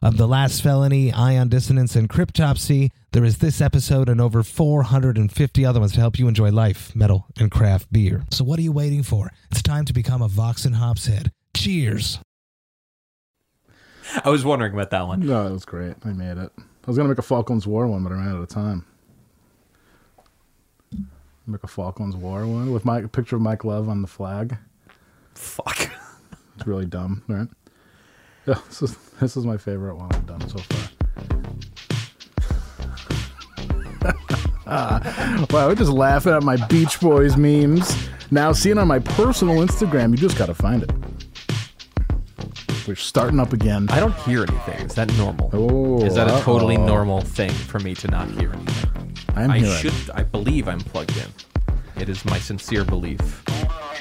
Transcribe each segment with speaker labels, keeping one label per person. Speaker 1: of The Last Felony, Ion Dissonance, and Cryptopsy. There is this episode and over 450 other ones to help you enjoy life, metal, and craft beer. So what are you waiting for? It's time to become a Vox and Hops head. Cheers!
Speaker 2: I was wondering about that one.
Speaker 3: No, it was great. I made it. I was gonna make a Falklands War one, but I ran out of time. Make a Falklands War one with my picture of Mike Love on the flag.
Speaker 2: Fuck.
Speaker 3: It's really dumb, right? Yeah, this is this is my favorite one I've done so far. wow, we're just laughing at my Beach Boys memes. Now seen on my personal Instagram, you just gotta find it. We're starting up again.
Speaker 2: I don't hear anything. Is that normal?
Speaker 3: Oh,
Speaker 2: Is that a totally
Speaker 3: uh-oh.
Speaker 2: normal thing for me to not hear anything?
Speaker 3: I'm
Speaker 2: I
Speaker 3: hearing.
Speaker 2: should. I believe I'm plugged in. It is my sincere belief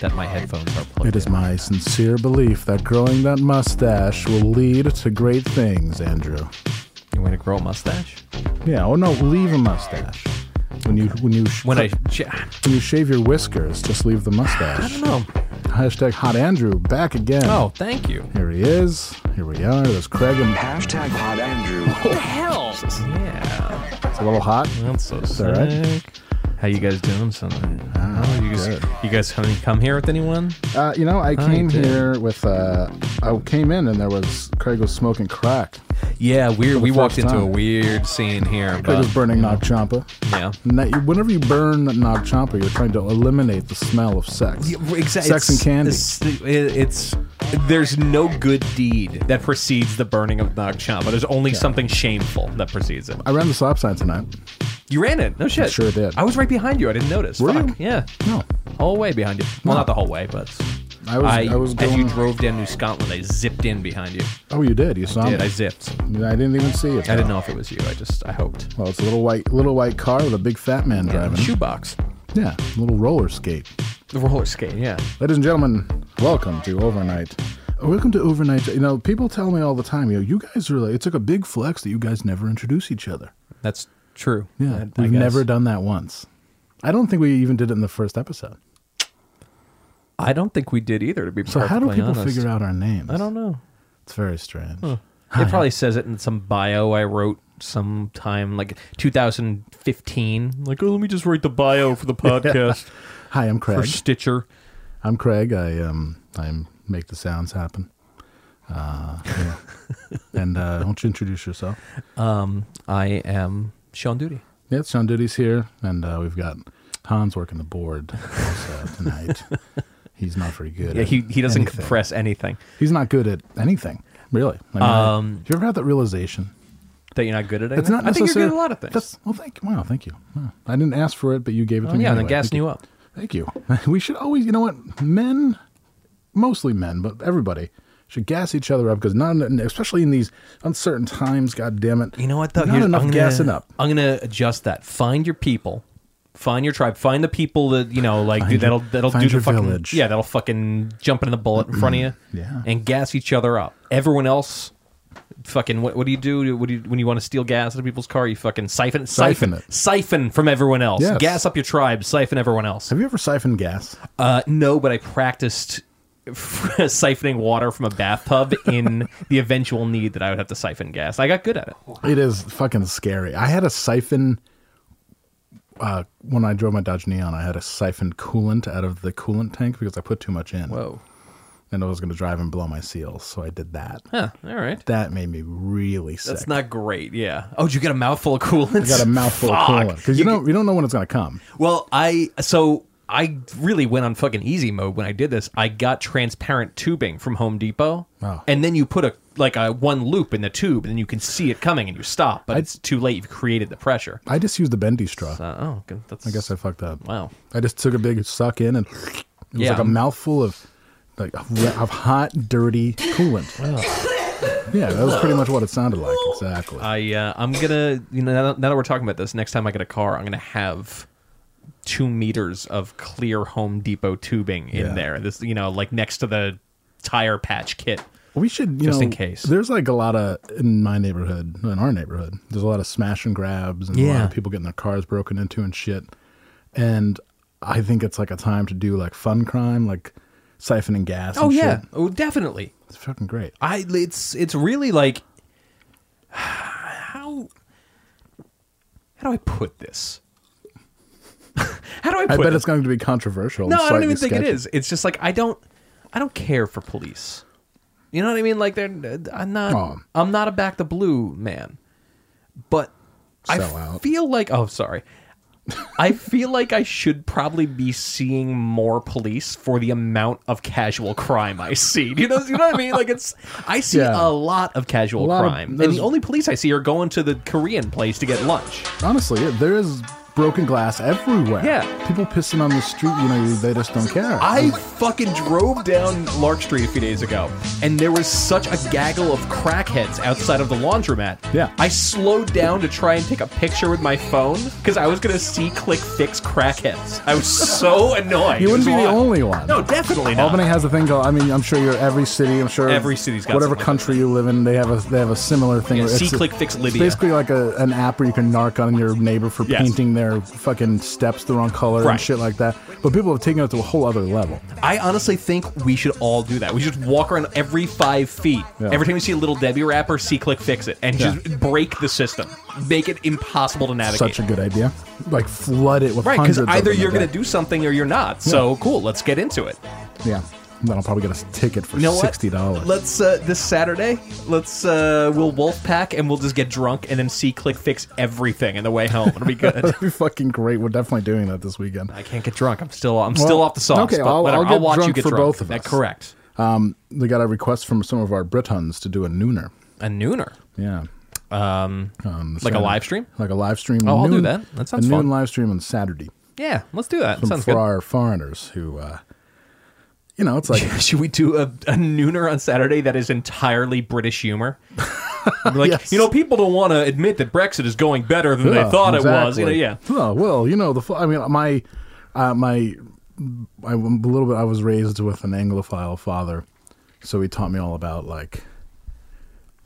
Speaker 2: that my headphones are plugged.
Speaker 3: It is
Speaker 2: in.
Speaker 3: my sincere belief that growing that mustache will lead to great things, Andrew.
Speaker 2: You want to grow a mustache?
Speaker 3: Yeah. Oh no, leave a mustache. When you when you sh-
Speaker 2: When I,
Speaker 3: cut-
Speaker 2: ch-
Speaker 3: when you shave your whiskers, just leave the
Speaker 2: I
Speaker 3: mustache.
Speaker 2: don't know.
Speaker 3: Hashtag hot Andrew back again.
Speaker 2: Oh, thank you.
Speaker 3: Here he is. Here we are. There's Craig and
Speaker 4: Hashtag hot Andrew.
Speaker 2: the hell? Yeah.
Speaker 3: it's a little hot.
Speaker 2: That's so
Speaker 3: all right. Ah,
Speaker 2: sick. How you guys doing tonight? Huh? you guys,
Speaker 3: good.
Speaker 2: you guys come, come here with anyone?
Speaker 3: Uh, you know, I came
Speaker 2: did.
Speaker 3: here with uh, I came in and there was Craig was smoking crack.
Speaker 2: Yeah, weird. We walked
Speaker 3: first
Speaker 2: into a
Speaker 3: time.
Speaker 2: weird scene here,
Speaker 3: Craig
Speaker 2: but
Speaker 3: was burning Nog Champa.
Speaker 2: yeah.
Speaker 3: And that you- Whenever you burn Nog Champa, you're trying to eliminate the smell of sex.
Speaker 2: Exactly.
Speaker 3: Sex and candy.
Speaker 2: It's, it's- there's no good deed that precedes the burning of Nag Champa. There's only something shameful that precedes it.
Speaker 3: I ran the stop sign tonight.
Speaker 2: You ran it. No shit.
Speaker 3: sure did.
Speaker 2: I was right behind you. I didn't notice.
Speaker 3: Were
Speaker 2: Fuck.
Speaker 3: you?
Speaker 2: Yeah.
Speaker 3: No,
Speaker 2: Whole way behind you.
Speaker 3: No.
Speaker 2: Well, not the whole way, but
Speaker 3: I was. I, was
Speaker 2: as you
Speaker 3: going.
Speaker 2: drove down New Scotland, I zipped in behind you.
Speaker 3: oh, you did. You saw
Speaker 2: Did
Speaker 3: me.
Speaker 2: I zipped.
Speaker 3: I, didn't even see it.
Speaker 2: I didn't know if it was you. I just I hoped.
Speaker 3: Well, it's a little white, little white car with a big fat man driving. it.
Speaker 2: Shoebox.
Speaker 3: Yeah, little roller skate.
Speaker 2: The roller skate. Yeah.
Speaker 3: Ladies and gentlemen, welcome to overnight. Welcome to overnight. You know, people tell me all the time, you know, you guys are like, it's like a big flex that you guys never introduce each other.
Speaker 2: That's true. I-
Speaker 3: Yeah,
Speaker 2: I
Speaker 3: we've
Speaker 2: guess.
Speaker 3: never done that once. I don't think we even did it in the first episode.
Speaker 2: I don't think we did either. To be
Speaker 3: So how do
Speaker 2: perfectly
Speaker 3: people
Speaker 2: honest.
Speaker 3: figure out our names?
Speaker 2: I don't know.
Speaker 3: It's very strange.
Speaker 2: It probably says it in some bio I wrote sometime like 2015. Like, oh, let me just write the bio for the podcast
Speaker 3: Hi, I'm
Speaker 2: for
Speaker 3: Craig.
Speaker 2: Stitcher.
Speaker 3: I'm Craig. I um I make the sounds happen. Uh, yeah. and uh, why don't you introduce yourself?
Speaker 2: Um, I am Sean Duty.
Speaker 3: Yeah, it's Sean Duty's here, and uh, we've got Hans working the board also tonight. He's not very good.
Speaker 2: Yeah,
Speaker 3: at
Speaker 2: he, he doesn't
Speaker 3: anything.
Speaker 2: compress anything
Speaker 3: He's not good at anything, really. I mean, I-
Speaker 2: Um,
Speaker 3: have you ever had that realization?
Speaker 2: that you're not good at. Anything.
Speaker 3: It's not.
Speaker 2: I think you're good
Speaker 3: necessar-
Speaker 2: at a lot of things.
Speaker 3: That's, well, thank you. Wow, thank you. Wow. I didn't ask for it, but you gave it to
Speaker 2: Oh,
Speaker 3: me.
Speaker 2: yeah, and then
Speaker 3: anyway.
Speaker 2: gassing
Speaker 3: Thank
Speaker 2: you up.
Speaker 3: Thank you. We should always, you know what, men, mostly men, but everybody should gas each other up because not, especially in these uncertain times. God damn it!
Speaker 2: You know what though?
Speaker 3: Not
Speaker 2: Here's-
Speaker 3: enough
Speaker 2: I'm gonna-
Speaker 3: gassing up.
Speaker 2: I'm gonna adjust that. Find your people. Find your tribe. Find the people that you know, like
Speaker 3: Find
Speaker 2: that'll
Speaker 3: your-
Speaker 2: that'll
Speaker 3: find
Speaker 2: do the
Speaker 3: your
Speaker 2: fucking
Speaker 3: village.
Speaker 2: yeah, that'll fucking jump in the bullet in front of you.
Speaker 3: Yeah.
Speaker 2: and gas each other up. Everyone else, fucking what? What do you do? What do you, when you want to steal gas out of people's car? You fucking siphon, siphon,
Speaker 3: Siphon
Speaker 2: siphon,
Speaker 3: it.
Speaker 2: from everyone else.
Speaker 3: Yes.
Speaker 2: Gas up your tribe. Siphon everyone else.
Speaker 3: Have you ever siphoned gas?
Speaker 2: Uh, no, but I practiced siphoning water from a bathtub in the eventual need that I would have to siphon gas. I got good at it.
Speaker 3: It is fucking scary. I had a siphon uh, when I drove my Dodge Neon. I had a siphon coolant out of the coolant tank because I put too much in,
Speaker 2: Whoa.
Speaker 3: and I was going to drive and blow my seals, so I did that.
Speaker 2: Huh. All right.
Speaker 3: That made me really sick.
Speaker 2: That's not great. Yeah. Oh, did you get a mouthful of coolant?
Speaker 3: I got a mouthful
Speaker 2: Fuck.
Speaker 3: of coolant because you,
Speaker 2: You
Speaker 3: don't you don't know when it's going to come.
Speaker 2: Well, I so I really went on fucking easy mode when I did this. I got transparent tubing from Home Depot,
Speaker 3: Oh.
Speaker 2: and then you put a like a one loop in the tube, and then you can see it coming, and you stop. But it's too late. You've created the pressure.
Speaker 3: I just used the bendy straw.
Speaker 2: So, oh, good. that's
Speaker 3: I guess I fucked up.
Speaker 2: wow.
Speaker 3: I just took a big suck in, and it was
Speaker 2: Yeah.
Speaker 3: like a mouthful of like of, of hot, dirty coolant. Yeah, that was pretty much what it sounded like. Exactly.
Speaker 2: I uh, I'm gonna you know now that, now that we're talking about this, next time I get a car, I'm gonna have two meters of clear Home Depot tubing in
Speaker 3: Yeah.
Speaker 2: there. This you know like next to the tire patch kit.
Speaker 3: We should, you
Speaker 2: Just
Speaker 3: know,
Speaker 2: in case.
Speaker 3: There's like a lot of in my neighborhood, in our neighborhood. There's a lot of smash and grabs, and a lot
Speaker 2: Yeah.
Speaker 3: of people getting their cars broken into and shit. And I think it's like a time to do like fun crime, like siphoning gas. and shit.
Speaker 2: oh definitely.
Speaker 3: it's fucking great.
Speaker 2: I it's it's really like how how do I put this? how do I put
Speaker 3: I bet
Speaker 2: this?
Speaker 3: it's going to be controversial. and
Speaker 2: No, I don't
Speaker 3: slightly
Speaker 2: even think it
Speaker 3: sketchy.
Speaker 2: is. It's just like I don't I don't care for police. You know what I mean? Like they're uh, I'm not
Speaker 3: Oh.
Speaker 2: I'm not a back the blue man. But I
Speaker 3: Sell out.
Speaker 2: feel like oh sorry. I feel like I should probably be seeing more police for the amount of casual crime I see. You know, you know what I mean? Like it's I see
Speaker 3: Yeah.
Speaker 2: a lot of casual
Speaker 3: A lot of-
Speaker 2: crime, and
Speaker 3: there's-
Speaker 2: the only police I see are going to the Korean place to get lunch.
Speaker 3: Honestly, yeah, there is broken glass everywhere.
Speaker 2: Yeah.
Speaker 3: people pissing on the street. You know, they just don't care.
Speaker 2: I fucking drove down Lark Street a few days ago, and there was such a gaggle of crackheads outside of the laundromat.
Speaker 3: Yeah.
Speaker 2: I slowed down to try and take a picture with my phone because I was gonna see click fix crackheads. I was so annoyed.
Speaker 3: You wouldn't
Speaker 2: It was
Speaker 3: be the
Speaker 2: wild.
Speaker 3: only one.
Speaker 2: No, definitely not.
Speaker 3: Albany has a thing called. I mean, I'm sure you're every city. I'm sure
Speaker 2: Every city's got
Speaker 3: whatever
Speaker 2: something like
Speaker 3: country you live in. They have a they have a similar thing.
Speaker 2: Yeah,
Speaker 3: where it's-
Speaker 2: see, click, fix
Speaker 3: it's
Speaker 2: Libya.
Speaker 3: Basically, like a, an app where you can narc on your neighbor for
Speaker 2: Yes.
Speaker 3: painting their fucking steps the wrong color and
Speaker 2: Right.
Speaker 3: shit like that. But people have taken it to a whole other level.
Speaker 2: I honestly think we should all do that. We should just walk around every five feet.
Speaker 3: Yeah.
Speaker 2: Every time we see a little Debbie rapper, see click fix it, and
Speaker 3: Yeah.
Speaker 2: just break the system, make it impossible to navigate.
Speaker 3: Such a good idea. Like flood it with
Speaker 2: Right,
Speaker 3: hundreds of
Speaker 2: because either
Speaker 3: them
Speaker 2: you're
Speaker 3: a
Speaker 2: going
Speaker 3: day.
Speaker 2: to do something or you're not. So cool, let's get into it.
Speaker 3: Yeah. Then I'll probably get a ticket for
Speaker 2: You know what?
Speaker 3: sixty dollars.
Speaker 2: Let's uh, this Saturday. Let's uh, we'll wolf pack and we'll just get drunk and then see click fix everything on the way home. It'll be good.
Speaker 3: That'd be fucking great. We're definitely doing that this weekend.
Speaker 2: I can't get drunk. I'm still I'm still off the sauce.
Speaker 3: okay,
Speaker 2: but
Speaker 3: I'll-
Speaker 2: whatever.
Speaker 3: I'll get
Speaker 2: watch you
Speaker 3: drunk
Speaker 2: get
Speaker 3: for
Speaker 2: drunk.
Speaker 3: both of
Speaker 2: That-
Speaker 3: us.
Speaker 2: correct.
Speaker 3: Um, we got a request from some of our Britons to do a nooner.
Speaker 2: A nooner,
Speaker 3: Yeah.
Speaker 2: um,
Speaker 3: Um,
Speaker 2: like a
Speaker 3: Saturday.
Speaker 2: live stream.
Speaker 3: like a live stream.
Speaker 2: Oh, I'll do
Speaker 3: noon-
Speaker 2: that. That sounds
Speaker 3: a
Speaker 2: fun.
Speaker 3: noon live stream on Saturday
Speaker 2: Yeah, let's do that.
Speaker 3: from,
Speaker 2: Sounds
Speaker 3: for
Speaker 2: good.
Speaker 3: our foreigners who, uh, you know, it's like
Speaker 2: Should we do a, a nooner on Saturday that is entirely British humor? like
Speaker 3: Yes.
Speaker 2: you know, people don't want to admit that Brexit is going better than
Speaker 3: Yeah,
Speaker 2: they thought it was. You know,
Speaker 3: exactly.
Speaker 2: yeah.
Speaker 3: Oh, well, you know the. fu- I mean, my, uh, my, I'm a little bit. I was raised with an Anglophile father, so he taught me all about like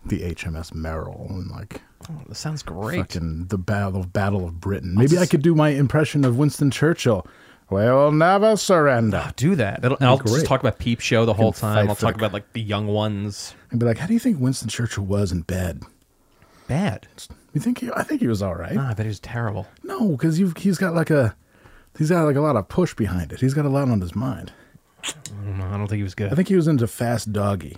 Speaker 3: the HMS Merrill and like
Speaker 2: That sounds great.
Speaker 3: fucking the battle of Battle of Britain. Maybe I could do my impression of Winston Churchill. We'll never surrender.
Speaker 2: I'll do that. That'll, and I'll
Speaker 3: great.
Speaker 2: just talk about Peep Show the whole time.
Speaker 3: fight
Speaker 2: I'll
Speaker 3: for
Speaker 2: talk
Speaker 3: the-
Speaker 2: about like the young ones.
Speaker 3: And be like, how do you think Winston Churchill was in bed?
Speaker 2: Bad.
Speaker 3: You think he? I think he was all right.
Speaker 2: No, I bet he was terrible.
Speaker 3: No, because you've he's got like a he's got like a lot of push behind it. He's got a lot on his mind.
Speaker 2: No, I don't think he was
Speaker 3: I
Speaker 2: good.
Speaker 3: think he was into fast doggy.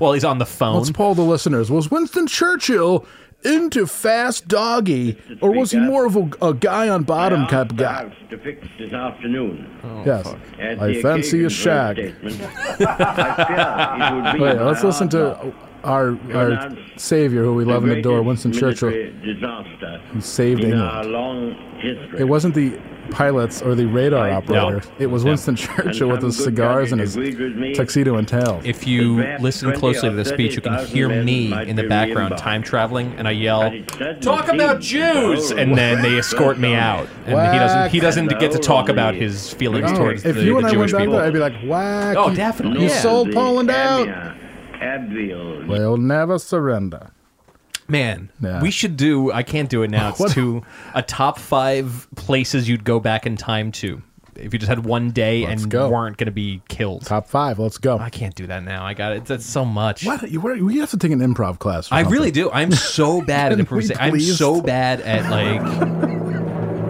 Speaker 2: Well, he's on the phone.
Speaker 3: Let's poll the listeners. Was Winston Churchill into fast doggy, or was he more of a, a guy on bottom type guy?
Speaker 4: to fix this afternoon.
Speaker 3: yes,
Speaker 4: At
Speaker 3: I
Speaker 4: the
Speaker 3: fancy a
Speaker 4: occasion for
Speaker 3: shag.
Speaker 4: his statement, I fear it would be
Speaker 3: Wait, let's
Speaker 4: my
Speaker 3: listen to our our
Speaker 4: Bernard's
Speaker 3: savior who we love and adore,
Speaker 4: greatest
Speaker 3: Winston Churchill.
Speaker 4: military Disaster
Speaker 3: He saved
Speaker 4: in
Speaker 3: England.
Speaker 4: our long history.
Speaker 3: It wasn't the pilots or the radar
Speaker 4: No.
Speaker 3: operator. It was Winston Churchill with
Speaker 4: some
Speaker 3: his
Speaker 4: good
Speaker 3: cigars and
Speaker 4: judge
Speaker 3: his
Speaker 4: agreed with me.
Speaker 3: tuxedo and tail.
Speaker 2: if you
Speaker 4: The vast
Speaker 2: listen
Speaker 4: 20
Speaker 2: closely
Speaker 4: or
Speaker 2: to the speech, you can hear
Speaker 4: 30,000
Speaker 2: me
Speaker 4: men
Speaker 2: in
Speaker 4: might
Speaker 2: the
Speaker 4: be
Speaker 2: background
Speaker 4: reimbarked.
Speaker 2: time traveling, and I yell,
Speaker 4: And it doesn't
Speaker 2: "Talk
Speaker 4: seem
Speaker 2: about
Speaker 4: to
Speaker 2: Jews!"
Speaker 4: go
Speaker 2: And then they
Speaker 4: away.
Speaker 2: escort me out, and he doesn't. He doesn't get to talk about his feelings
Speaker 3: Oh,
Speaker 2: towards the,
Speaker 3: if you
Speaker 2: the
Speaker 3: and I went
Speaker 2: Jewish
Speaker 3: back
Speaker 2: people.
Speaker 3: there, I'd be like, whack.
Speaker 2: Oh,
Speaker 3: you-
Speaker 2: definitely,
Speaker 3: You
Speaker 2: yeah.
Speaker 3: sold Poland out.
Speaker 4: Abia, Abbeville,
Speaker 3: We'll never surrender.
Speaker 2: Man,
Speaker 3: Yeah.
Speaker 2: we should do. I can't do it now. It's
Speaker 3: What?
Speaker 2: too a top five places you'd go back in time to if you just had one day
Speaker 3: Let's
Speaker 2: and
Speaker 3: go.
Speaker 2: weren't going to be killed.
Speaker 3: Top five. Let's go.
Speaker 2: I can't do that now. I got it. That's so much.
Speaker 3: What? You, where, you have to take an improv class. or
Speaker 2: I
Speaker 3: something.
Speaker 2: really do. I'm so bad at
Speaker 3: Can we
Speaker 2: improvisation. I'm
Speaker 3: please
Speaker 2: so
Speaker 3: stop?
Speaker 2: bad at like.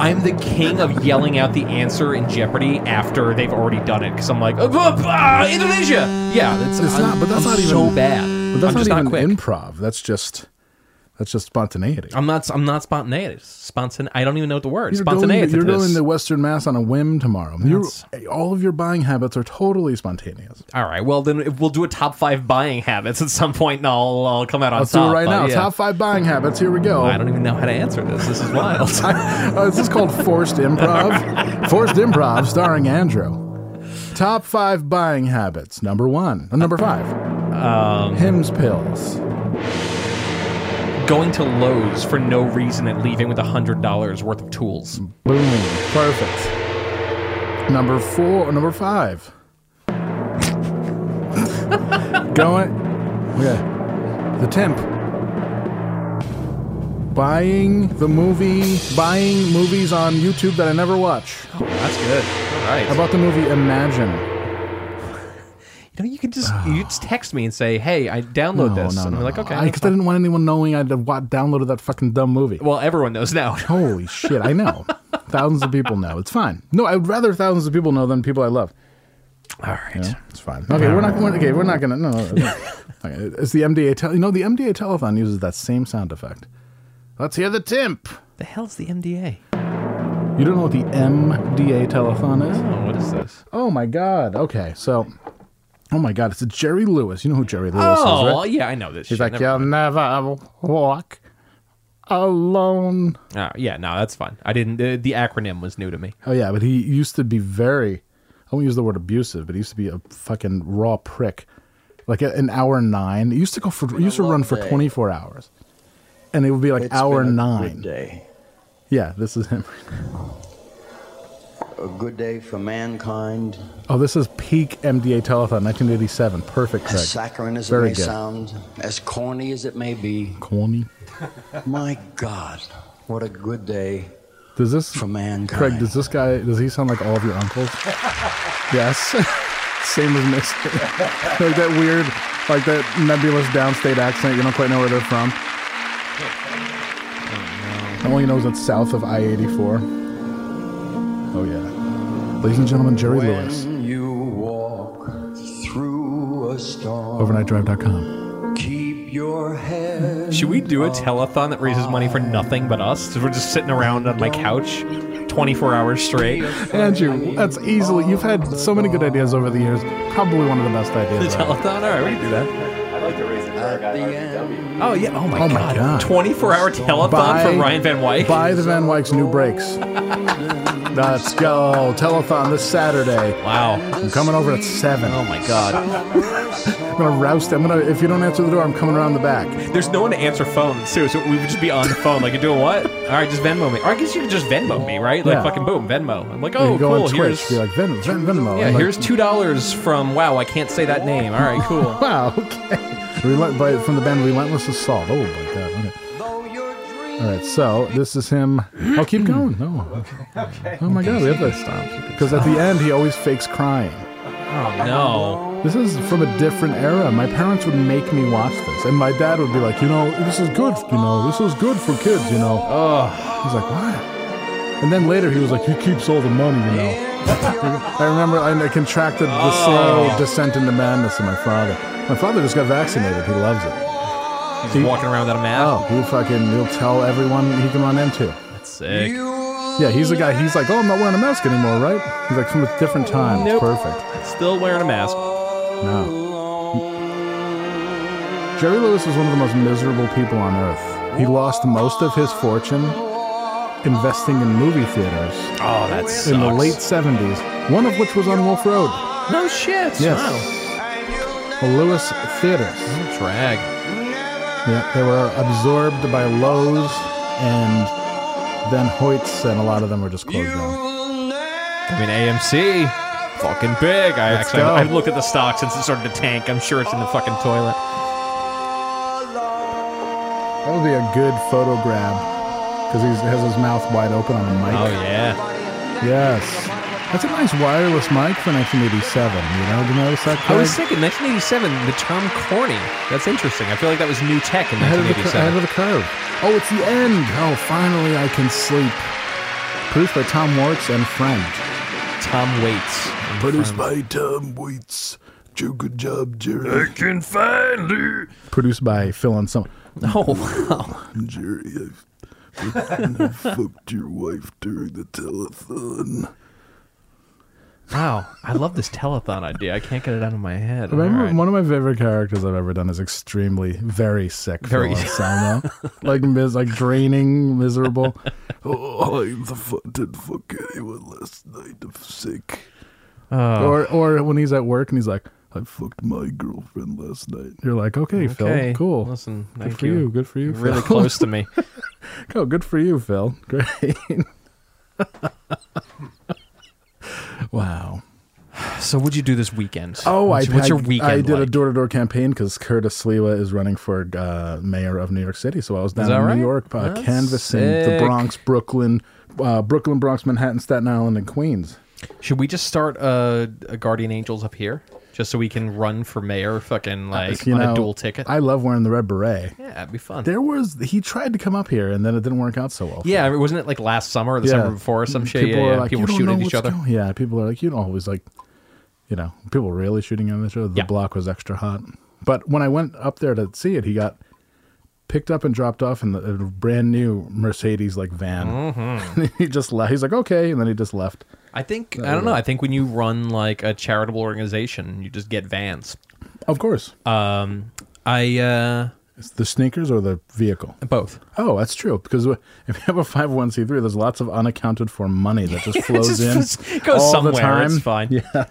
Speaker 2: I'm the king of yelling out the answer in Jeopardy after they've already done it because I'm like, "Oh, oh, ah, Indonesia. Yeah, that's,
Speaker 3: It's
Speaker 2: I'm,
Speaker 3: not- but that's
Speaker 2: I'm
Speaker 3: not even-
Speaker 2: so bad.
Speaker 3: But that's
Speaker 2: I'm
Speaker 3: not
Speaker 2: just
Speaker 3: even
Speaker 2: not quick.
Speaker 3: improv. That's just that's just spontaneity.
Speaker 2: I'm not. I'm not spontaneous. Spontan. I don't even know what the word.
Speaker 3: You're
Speaker 2: Spontaneity.
Speaker 3: Going, you're
Speaker 2: this.
Speaker 3: going to Western Mass on a whim tomorrow. You're, all of your buying habits are totally spontaneous.
Speaker 2: All right. Well, then if we'll do a top five buying habits at some point, and I'll, I'll come out on
Speaker 3: Let's do
Speaker 2: top.
Speaker 3: it right
Speaker 2: but
Speaker 3: now.
Speaker 2: yeah.
Speaker 3: Top five buying habits. Here we go.
Speaker 2: I don't even know how to answer this. This is wild.
Speaker 3: Oh, is this called forced improv? forced improv, starring Andrew. Top five buying habits. Number one. uh, number five.
Speaker 2: Um,
Speaker 3: Hims pills.
Speaker 2: Going to Lowe's for no reason and leaving with $100 worth of tools.
Speaker 3: Boom. Perfect. Number four, number five. Going. Okay. The temp. Buying the movie, buying movies on YouTube that I never watch.
Speaker 2: That's good. All right.
Speaker 3: I bought the movie Imagine.
Speaker 2: You know, you could just you just text me and say, "Hey, I download this," and I'm like, "Okay." that's
Speaker 3: Because I,
Speaker 2: fine."
Speaker 3: didn't want anyone knowing I'd have wa- downloaded that fucking dumb movie.
Speaker 2: well, everyone knows now.
Speaker 3: Holy shit, I know. thousands of people know. It's fine. No, I would rather thousands of people know than people I love.
Speaker 2: All right.
Speaker 3: Yeah, it's fine. Okay, we're not. We're, okay, we're not gonna. No, no, no. okay, it's the MDA. Tel- you know, the MDA telethon uses that same sound effect. Let's hear the timp.
Speaker 2: The hell's the MDA?
Speaker 3: You don't know what the MDA telethon is?
Speaker 2: Oh, what is this?
Speaker 3: Oh my god. Okay, so, oh my god, it's a Jerry Lewis. You know who Jerry Lewis
Speaker 2: Oh,
Speaker 3: is, right?
Speaker 2: yeah, I know this.
Speaker 3: He's
Speaker 2: shit.
Speaker 3: like,
Speaker 2: Never
Speaker 3: you'll
Speaker 2: mind.
Speaker 3: never walk alone.
Speaker 2: Ah, yeah, no, that's fine. I didn't. The, the acronym was new to me.
Speaker 3: Oh yeah, but he used to be very. I won't use the word abusive, but he used to be a fucking raw prick. Like a- an hour nine, he used to go for. He used to run for twenty four hours, and it would be like
Speaker 5: It's
Speaker 3: hour
Speaker 5: been a
Speaker 3: nine.
Speaker 5: Good day.
Speaker 3: Yeah, this is him.
Speaker 5: A good day for mankind.
Speaker 3: Oh, this is peak MDA telethon, nineteen eighty seven. Perfect. Craig.
Speaker 5: As saccharine as
Speaker 3: Very
Speaker 5: it may
Speaker 3: good.
Speaker 5: sound, as corny as it may be.
Speaker 3: Corny.
Speaker 5: My God, what a good day
Speaker 3: Does this
Speaker 5: for mankind.
Speaker 3: Craig? Does this guy? Does he sound like all of your uncles? yes. Same as Mister. like that weird, like that nebulous downstate accent. You don't quite know where they're from. All you know is it's south of I eighty four. Oh yeah. Ladies and gentlemen, Jerry Lewis,
Speaker 5: when you walk through a storm,
Speaker 3: overnightdrive.com.
Speaker 5: keep your head.
Speaker 2: Should we do a telethon that raises money for nothing but us? 'Cause We're just sitting around on my couch, 24 hours straight.
Speaker 3: Andrew, that's easily. You've had so many good ideas over the years. Probably one of the best
Speaker 2: The
Speaker 3: ideas. ever.
Speaker 2: telethon. All right, we can do that.
Speaker 5: At the end,
Speaker 2: Oh yeah. Oh my,
Speaker 3: Oh, my God.
Speaker 2: 24 hour telethon for Ryan Van Wyk.
Speaker 3: Buy the Van Wyck's new brakes. Let's go. Telethon this Saturday.
Speaker 2: Wow.
Speaker 3: I'm coming over at 7.
Speaker 2: Oh my god.
Speaker 3: I'm going to roust. I'm going to, if you don't answer the door, I'm coming around the back.
Speaker 2: There's no one to answer phones too, so we would just be on the phone. Like, you doing what? All right, just Venmo me. Or I guess you could just Venmo me, right? Like,
Speaker 3: Yeah.
Speaker 2: fucking boom, Venmo. I'm like,
Speaker 3: You
Speaker 2: oh,
Speaker 3: go
Speaker 2: cool.
Speaker 3: on Twitch.
Speaker 2: here's
Speaker 3: Be like, Ven- Ven- Venmo.
Speaker 2: yeah,
Speaker 3: I'm like,
Speaker 2: here's two dollars from. Wow, I can't say that name. All right, cool.
Speaker 3: Wow, okay. Relent- by, from the band Relentless Assault. Oh my god. Okay.
Speaker 5: though your dreams
Speaker 3: All right, so this is him. I'll keep going. No. Oh my god, we have this. Because at the end, he always fakes crying.
Speaker 2: No.
Speaker 3: This is from a different era. My parents would make me watch this, and my dad would be like, you know, this is good, you know, this is good for kids, you know. Oh, he's like, what? And then later he was like, he keeps all the money, you know. I remember I I contracted the slow descent into madness of my father. My father just got vaccinated. He loves it.
Speaker 2: He's
Speaker 3: He-
Speaker 2: walking around without a
Speaker 3: Oh,
Speaker 2: map.
Speaker 3: he fucking he'll tell everyone he can run into.
Speaker 2: That's sick.
Speaker 3: Yeah, he's the guy. He's like, oh, I'm not wearing a mask anymore, right? He's like, from a different time. It's
Speaker 2: Nope.
Speaker 3: perfect.
Speaker 2: Still wearing a mask.
Speaker 3: No. Jerry Lewis was one of the most miserable people on earth. He lost most of his fortune investing in movie theaters
Speaker 2: Oh, that sucks.
Speaker 3: in the late 70s, one of which was on Wolf Road.
Speaker 2: No shit.
Speaker 3: Yes.
Speaker 2: Wow.
Speaker 3: The Lewis Theaters.
Speaker 2: Drag.
Speaker 3: Yeah, they were absorbed by Lowe's and then Hoyt's, and a lot of them were just closed down.
Speaker 2: I mean, AMC. Fucking big. I
Speaker 3: Let's
Speaker 2: actually
Speaker 3: go.
Speaker 2: I've looked at the stock since it started to tank. I'm sure it's in the fucking toilet.
Speaker 3: That would be a good photo grab because he has his mouth wide open on a mic.
Speaker 2: Oh yeah.
Speaker 3: Yes. That's a nice wireless mic for 1987. You know, did you notice that?
Speaker 2: I was
Speaker 3: Craig?
Speaker 2: thinking 1987. The term corny. That's interesting. I feel like that was new tech in
Speaker 3: ahead of, the, cur- ahead
Speaker 2: 1987.
Speaker 3: of the curve. Oh, it's the end. Oh, finally I can sleep. Produced by Tom Waits and Friend.
Speaker 2: Tom Waits.
Speaker 3: Produced by Tom Waits. Do good job, Jerry.
Speaker 2: Can finally.
Speaker 3: Produced by Phil and some.
Speaker 2: Oh wow.
Speaker 3: Jerry, I fucked your wife during the telethon.
Speaker 2: Wow. I love this telethon idea. I can't get it out of my head.
Speaker 3: Remember,
Speaker 2: All right.
Speaker 3: one of my favorite characters I've ever done is extremely very sick.
Speaker 2: Very-
Speaker 3: Very Selma. like mis- like draining, miserable. oh, I the fu- did
Speaker 2: Oh.
Speaker 3: fuck anyone last night. I'm sick. Or or when he's at work and he's like, I fucked my girlfriend last night. You're like, okay,
Speaker 2: Okay.
Speaker 3: Phil, Oh, cool.
Speaker 2: Listen,
Speaker 3: good
Speaker 2: thank
Speaker 3: for
Speaker 2: you.
Speaker 3: you. Good for you.
Speaker 2: You're really
Speaker 3: Phil.
Speaker 2: close to me.
Speaker 3: Oh, good for you, Phil. Great. wow.
Speaker 2: So, what'd you do this weekend?
Speaker 3: Oh,
Speaker 2: what's,
Speaker 3: I
Speaker 2: what's your
Speaker 3: I-
Speaker 2: weekend
Speaker 3: I did a
Speaker 2: like?
Speaker 3: door to door campaign because Curtis Lewa is running for uh, mayor of New York City. So I was down
Speaker 2: that
Speaker 3: in
Speaker 2: right?
Speaker 3: New York uh,
Speaker 2: That's
Speaker 3: canvassing
Speaker 2: sick.
Speaker 3: the Bronx, Brooklyn, uh, Brooklyn, Bronx, Manhattan, Staten Island, and Queens.
Speaker 2: Should we just start uh, a Guardian Angels up here, just so we can run for mayor, fucking like
Speaker 3: You
Speaker 2: on
Speaker 3: know,
Speaker 2: a dual ticket?
Speaker 3: I love wearing the red beret.
Speaker 2: yeah, that'd be fun.
Speaker 3: There was he tried to come up here and then it didn't work out so well.
Speaker 2: Yeah, I mean, wasn't it like last summer or the summer before or some shit?
Speaker 3: Mm, People
Speaker 2: yeah,
Speaker 3: are
Speaker 2: yeah.
Speaker 3: like,
Speaker 2: people
Speaker 3: "You
Speaker 2: were
Speaker 3: don't
Speaker 2: shooting
Speaker 3: know what's
Speaker 2: each other.
Speaker 3: going-" Yeah, people are like, you don't always like, you know, people really shooting at each other. The
Speaker 2: Yeah.
Speaker 3: block was extra hot. But when I went up there to see it, he got picked up and dropped off in the a brand new Mercedes like van. he just left. He's like, okay, and then he just left.
Speaker 2: I think I don't know. I think when you run like a charitable organization, you just get vans.
Speaker 3: Of course,
Speaker 2: Um, I uh,
Speaker 3: Uh, it's the sneakers or the vehicle.
Speaker 2: both.
Speaker 3: Oh, that's true. Because if you have a five oh one c three, there's lots of unaccounted for money that just flows
Speaker 2: just-
Speaker 3: in.
Speaker 2: it goes
Speaker 3: all
Speaker 2: somewhere,
Speaker 3: The time.
Speaker 2: it's fine.
Speaker 3: Yeah,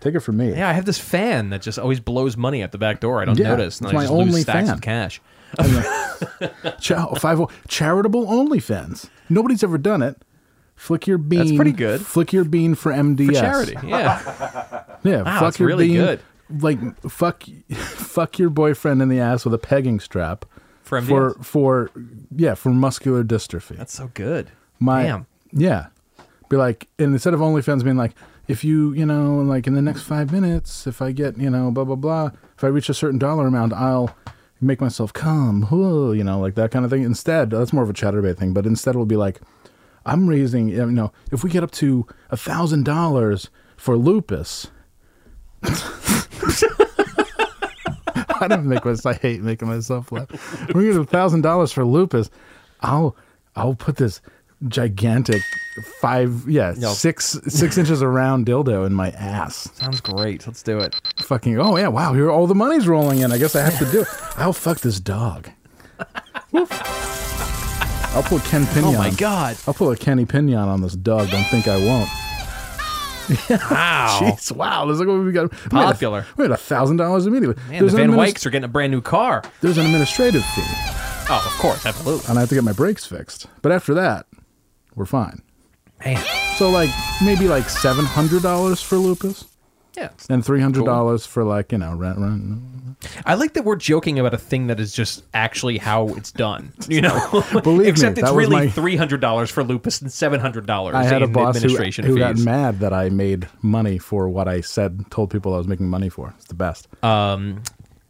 Speaker 3: take it from me.
Speaker 2: Yeah, I have this fan that just always blows money out the back door. I don't
Speaker 3: Yeah,
Speaker 2: notice. And
Speaker 3: it's
Speaker 2: I
Speaker 3: my
Speaker 2: just
Speaker 3: only
Speaker 2: lose stacks
Speaker 3: fan.
Speaker 2: of cash.
Speaker 3: Cha- five oh- charitable OnlyFans. Nobody's ever done it. Flick your bean.
Speaker 2: pretty good.
Speaker 3: Flick your bean for MDS.
Speaker 2: For charity. Yeah.
Speaker 3: Yeah.
Speaker 2: Wow,
Speaker 3: fuck
Speaker 2: that's
Speaker 3: your
Speaker 2: really
Speaker 3: bean.
Speaker 2: good.
Speaker 3: Like fuck, fuck your boyfriend in the ass with a pegging strap.
Speaker 2: For
Speaker 3: For
Speaker 2: MDS?
Speaker 3: for yeah for muscular dystrophy.
Speaker 2: That's so good.
Speaker 3: my
Speaker 2: Damn.
Speaker 3: yeah. Be like, and instead of OnlyFans being like, if you you know like in the next five minutes, if I get you know blah blah blah, if I reach a certain dollar amount, I'll make myself come, whoa, you know, like that kind of thing. Instead, that's more of a chatterbait thing. But instead, it'll be like, I'm raising, you know, if we get up to a thousand dollars for lupus. I don't make myself. I hate making myself laugh. We get a thousand dollars for lupus. I'll I'll put this gigantic five yeah
Speaker 2: No.
Speaker 3: six six inches around dildo in my ass.
Speaker 2: Sounds great. Let's do it.
Speaker 3: Fucking oh yeah wow here all the money's rolling in. I guess I have to do it. I'll fuck this dog. Woof. I'll put Ken Pinion.
Speaker 2: Oh my god.
Speaker 3: I'll pull a Kenny Pinion on this dog. Don't think I won't.
Speaker 2: Wow.
Speaker 3: Jeez, wow! Let's look what we got. We had a-
Speaker 2: Popular.
Speaker 3: We had a thousand dollars immediately.
Speaker 2: Man, the Van
Speaker 3: an adminis-
Speaker 2: Wykes are getting a brand new car.
Speaker 3: There's an administrative fee,
Speaker 2: Oh, of course, absolutely.
Speaker 3: and I have to get my brakes fixed. But after that, we're fine.
Speaker 2: Man.
Speaker 3: So like maybe like seven hundred dollars for lupus,
Speaker 2: Yeah.
Speaker 3: and three hundred dollars for like you know rent rent.
Speaker 2: I like that we're joking about a thing that is just actually how it's done. You know,
Speaker 3: Believe me,
Speaker 2: except it's
Speaker 3: that was
Speaker 2: really
Speaker 3: my-
Speaker 2: three hundred dollars for lupus and seven hundred dollars.
Speaker 3: I had a
Speaker 2: in
Speaker 3: boss who,
Speaker 2: administration
Speaker 3: who
Speaker 2: fees.
Speaker 3: got mad that I made money for what I said, told people I was making money for. It's the best.
Speaker 2: Uh,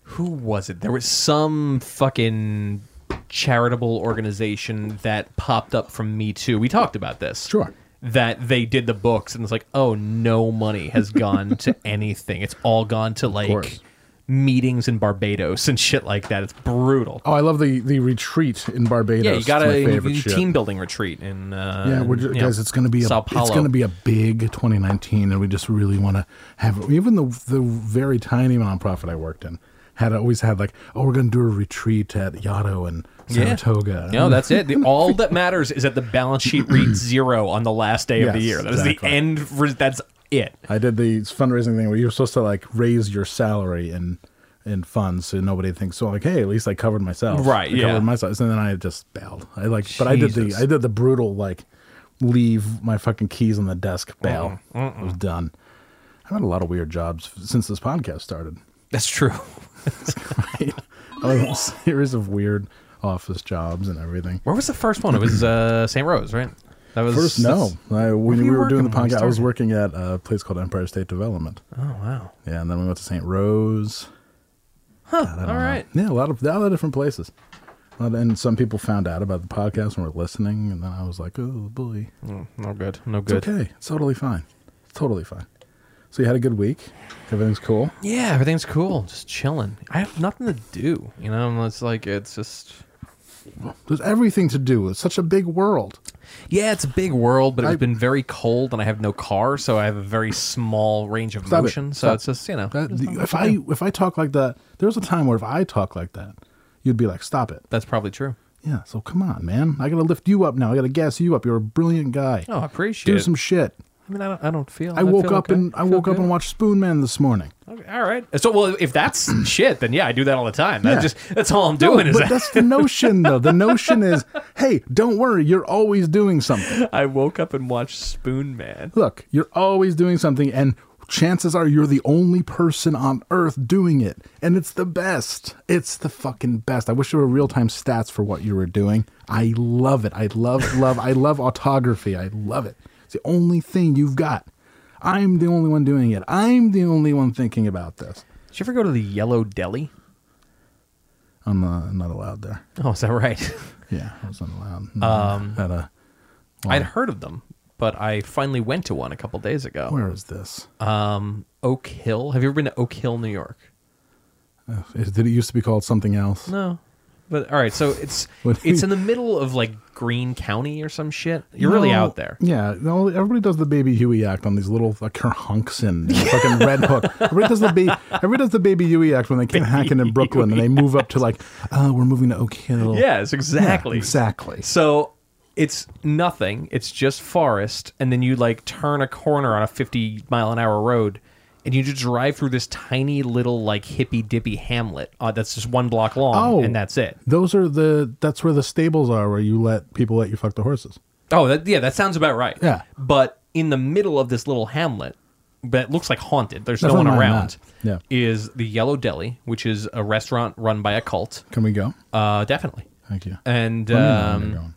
Speaker 2: who was it? There was some fucking charitable organization that popped up from Me Too. We talked about this.
Speaker 3: Sure.
Speaker 2: That they did the books and it's like, oh, no money has gone to anything. It's all gone to like
Speaker 3: course.
Speaker 2: meetings in Barbados and shit like that. It's brutal.
Speaker 3: oh, I love the the retreat in Barbados.
Speaker 2: yeah, you
Speaker 3: It's
Speaker 2: got
Speaker 3: my
Speaker 2: a
Speaker 3: favorite
Speaker 2: you-
Speaker 3: shit.
Speaker 2: team building retreat in uh,
Speaker 3: Yeah, we're
Speaker 2: you
Speaker 3: just,
Speaker 2: know,
Speaker 3: guys. It's gonna be a
Speaker 2: Sao Paulo.
Speaker 3: it's gonna be a big 2019, and we just really want to have even the the very tiny nonprofit I worked in had always had like, oh, we're gonna do a retreat at Yaddo and Saratoga.
Speaker 2: No, that's it. The, all that matters is that the balance sheet reads zero on the last day of the
Speaker 3: Yes,
Speaker 2: year. That is
Speaker 3: exactly.
Speaker 2: the end. Re- that's it.
Speaker 3: I did the fundraising thing where you're supposed to like raise your salary in in funds so nobody thinks so like hey at least I covered myself
Speaker 2: Right,
Speaker 3: I
Speaker 2: yeah.
Speaker 3: covered myself and then I just bailed I like but I did the
Speaker 2: Jesus.
Speaker 3: I did the brutal like leave my fucking keys on the desk bail
Speaker 2: Mm,
Speaker 3: I was done I've had a lot of weird jobs since this podcast started
Speaker 2: That's true.
Speaker 3: I had a series of weird office jobs and everything
Speaker 2: Where was the first one? It was uh, St. Rose, right? That was
Speaker 3: first no
Speaker 2: that's-
Speaker 3: I, when
Speaker 2: were
Speaker 3: we
Speaker 2: you
Speaker 3: were doing the
Speaker 2: working when we
Speaker 3: podcast I was
Speaker 2: started?
Speaker 3: working at a place called Empire State Development
Speaker 2: Oh wow.
Speaker 3: yeah and then we went to St Rose
Speaker 2: All right.
Speaker 3: Yeah, a lot of a lot of different places. A lot- And some people found out about the podcast and were listening, and then I was like, "Oh boy,
Speaker 2: No good. No
Speaker 3: it's
Speaker 2: good.
Speaker 3: okay, it's totally fine, it's totally fine." So you had a good week, everything's cool.
Speaker 2: Yeah, everything's cool. Just chilling. I have nothing to do. You know, it's like it's just.
Speaker 3: There's everything to do. It's such a big world.
Speaker 2: Yeah, it's a big world, but it's
Speaker 3: I-
Speaker 2: been very cold, and I have no car, so I have a very small range of
Speaker 3: Stop it.
Speaker 2: motion. So
Speaker 3: Stop.
Speaker 2: it's just you know,
Speaker 3: That,
Speaker 2: just
Speaker 3: if I if I talk like that, there was a time where if I talk like that, you'd be like, "Stop it."
Speaker 2: that's probably true.
Speaker 3: Yeah. So come on, man. I gotta lift you up now. I gotta gas you up. You're a brilliant guy.
Speaker 2: Oh, I appreciate
Speaker 3: do
Speaker 2: it.
Speaker 3: some shit.
Speaker 2: I mean, I don't, I don't feel.
Speaker 3: I woke
Speaker 2: feel
Speaker 3: up
Speaker 2: okay.
Speaker 3: and I
Speaker 2: feel
Speaker 3: woke up
Speaker 2: good.
Speaker 3: and watched Spoon Man this morning.
Speaker 2: Okay, all right. So, well, if that's shit, then yeah, I do that all the time. That
Speaker 3: Yeah.
Speaker 2: just that's all I'm doing is
Speaker 3: but
Speaker 2: that.
Speaker 3: that's the notion, though. The notion is, hey, don't worry, you're always doing something.
Speaker 2: I woke up and watched Spoon Man.
Speaker 3: Look, you're always doing something, and chances are you're the only person on Earth doing it, and it's the best. It's the fucking best. I wish there were real time stats for what you were doing. I love it. I love love. I love autography. I love it. It's the only thing you've got. I'm the only one doing it. I'm the only one thinking about this.
Speaker 2: Did you ever go to the Yellow Deli?
Speaker 3: I'm uh, not allowed there.
Speaker 2: Oh, is that right?
Speaker 3: Yeah, I wasn't allowed. Um, at a,
Speaker 2: I'd heard of them, but I finally went to one a couple days ago.
Speaker 3: where is this?
Speaker 2: Um, Oak Hill. Have you ever been to Oak Hill, New York?
Speaker 3: Uh, Is- Did it used to be called something else?
Speaker 2: No. But all right, so it's
Speaker 3: What do
Speaker 2: it's
Speaker 3: you-
Speaker 2: in the middle of like Greene County or some shit. You're really
Speaker 3: No,
Speaker 2: out there.
Speaker 3: Yeah, no, everybody does the baby Huey act on these little like, hunks and fucking red hook. Everybody does the baby. Everybody does the baby Huey act when they keep hacking in Brooklyn and they move up to like, oh, we're moving to Oak Hill.
Speaker 2: Yes,
Speaker 3: Yeah,
Speaker 2: exactly.
Speaker 3: exactly.
Speaker 2: So it's nothing. It's just forest, and then you like turn a corner on a 50 mile an hour road, and you just drive through this tiny little like hippy dippy hamlet uh, that's just one block long,
Speaker 3: Oh.
Speaker 2: Um, and that's it.
Speaker 3: Those are the. That's where the stables are, where you let people let you fuck the horses.
Speaker 2: Oh, that, yeah, that sounds about right.
Speaker 3: Yeah.
Speaker 2: But in the middle of this little hamlet that looks like haunted, there's
Speaker 3: That's
Speaker 2: no
Speaker 3: where
Speaker 2: one
Speaker 3: mine
Speaker 2: around,
Speaker 3: at. Yeah.
Speaker 2: is the Yellow Deli, which is a restaurant run by a cult.
Speaker 3: Can we go?
Speaker 2: Uh, definitely.
Speaker 3: Thank you.
Speaker 2: And
Speaker 3: Let me know when you're
Speaker 2: um,
Speaker 3: going.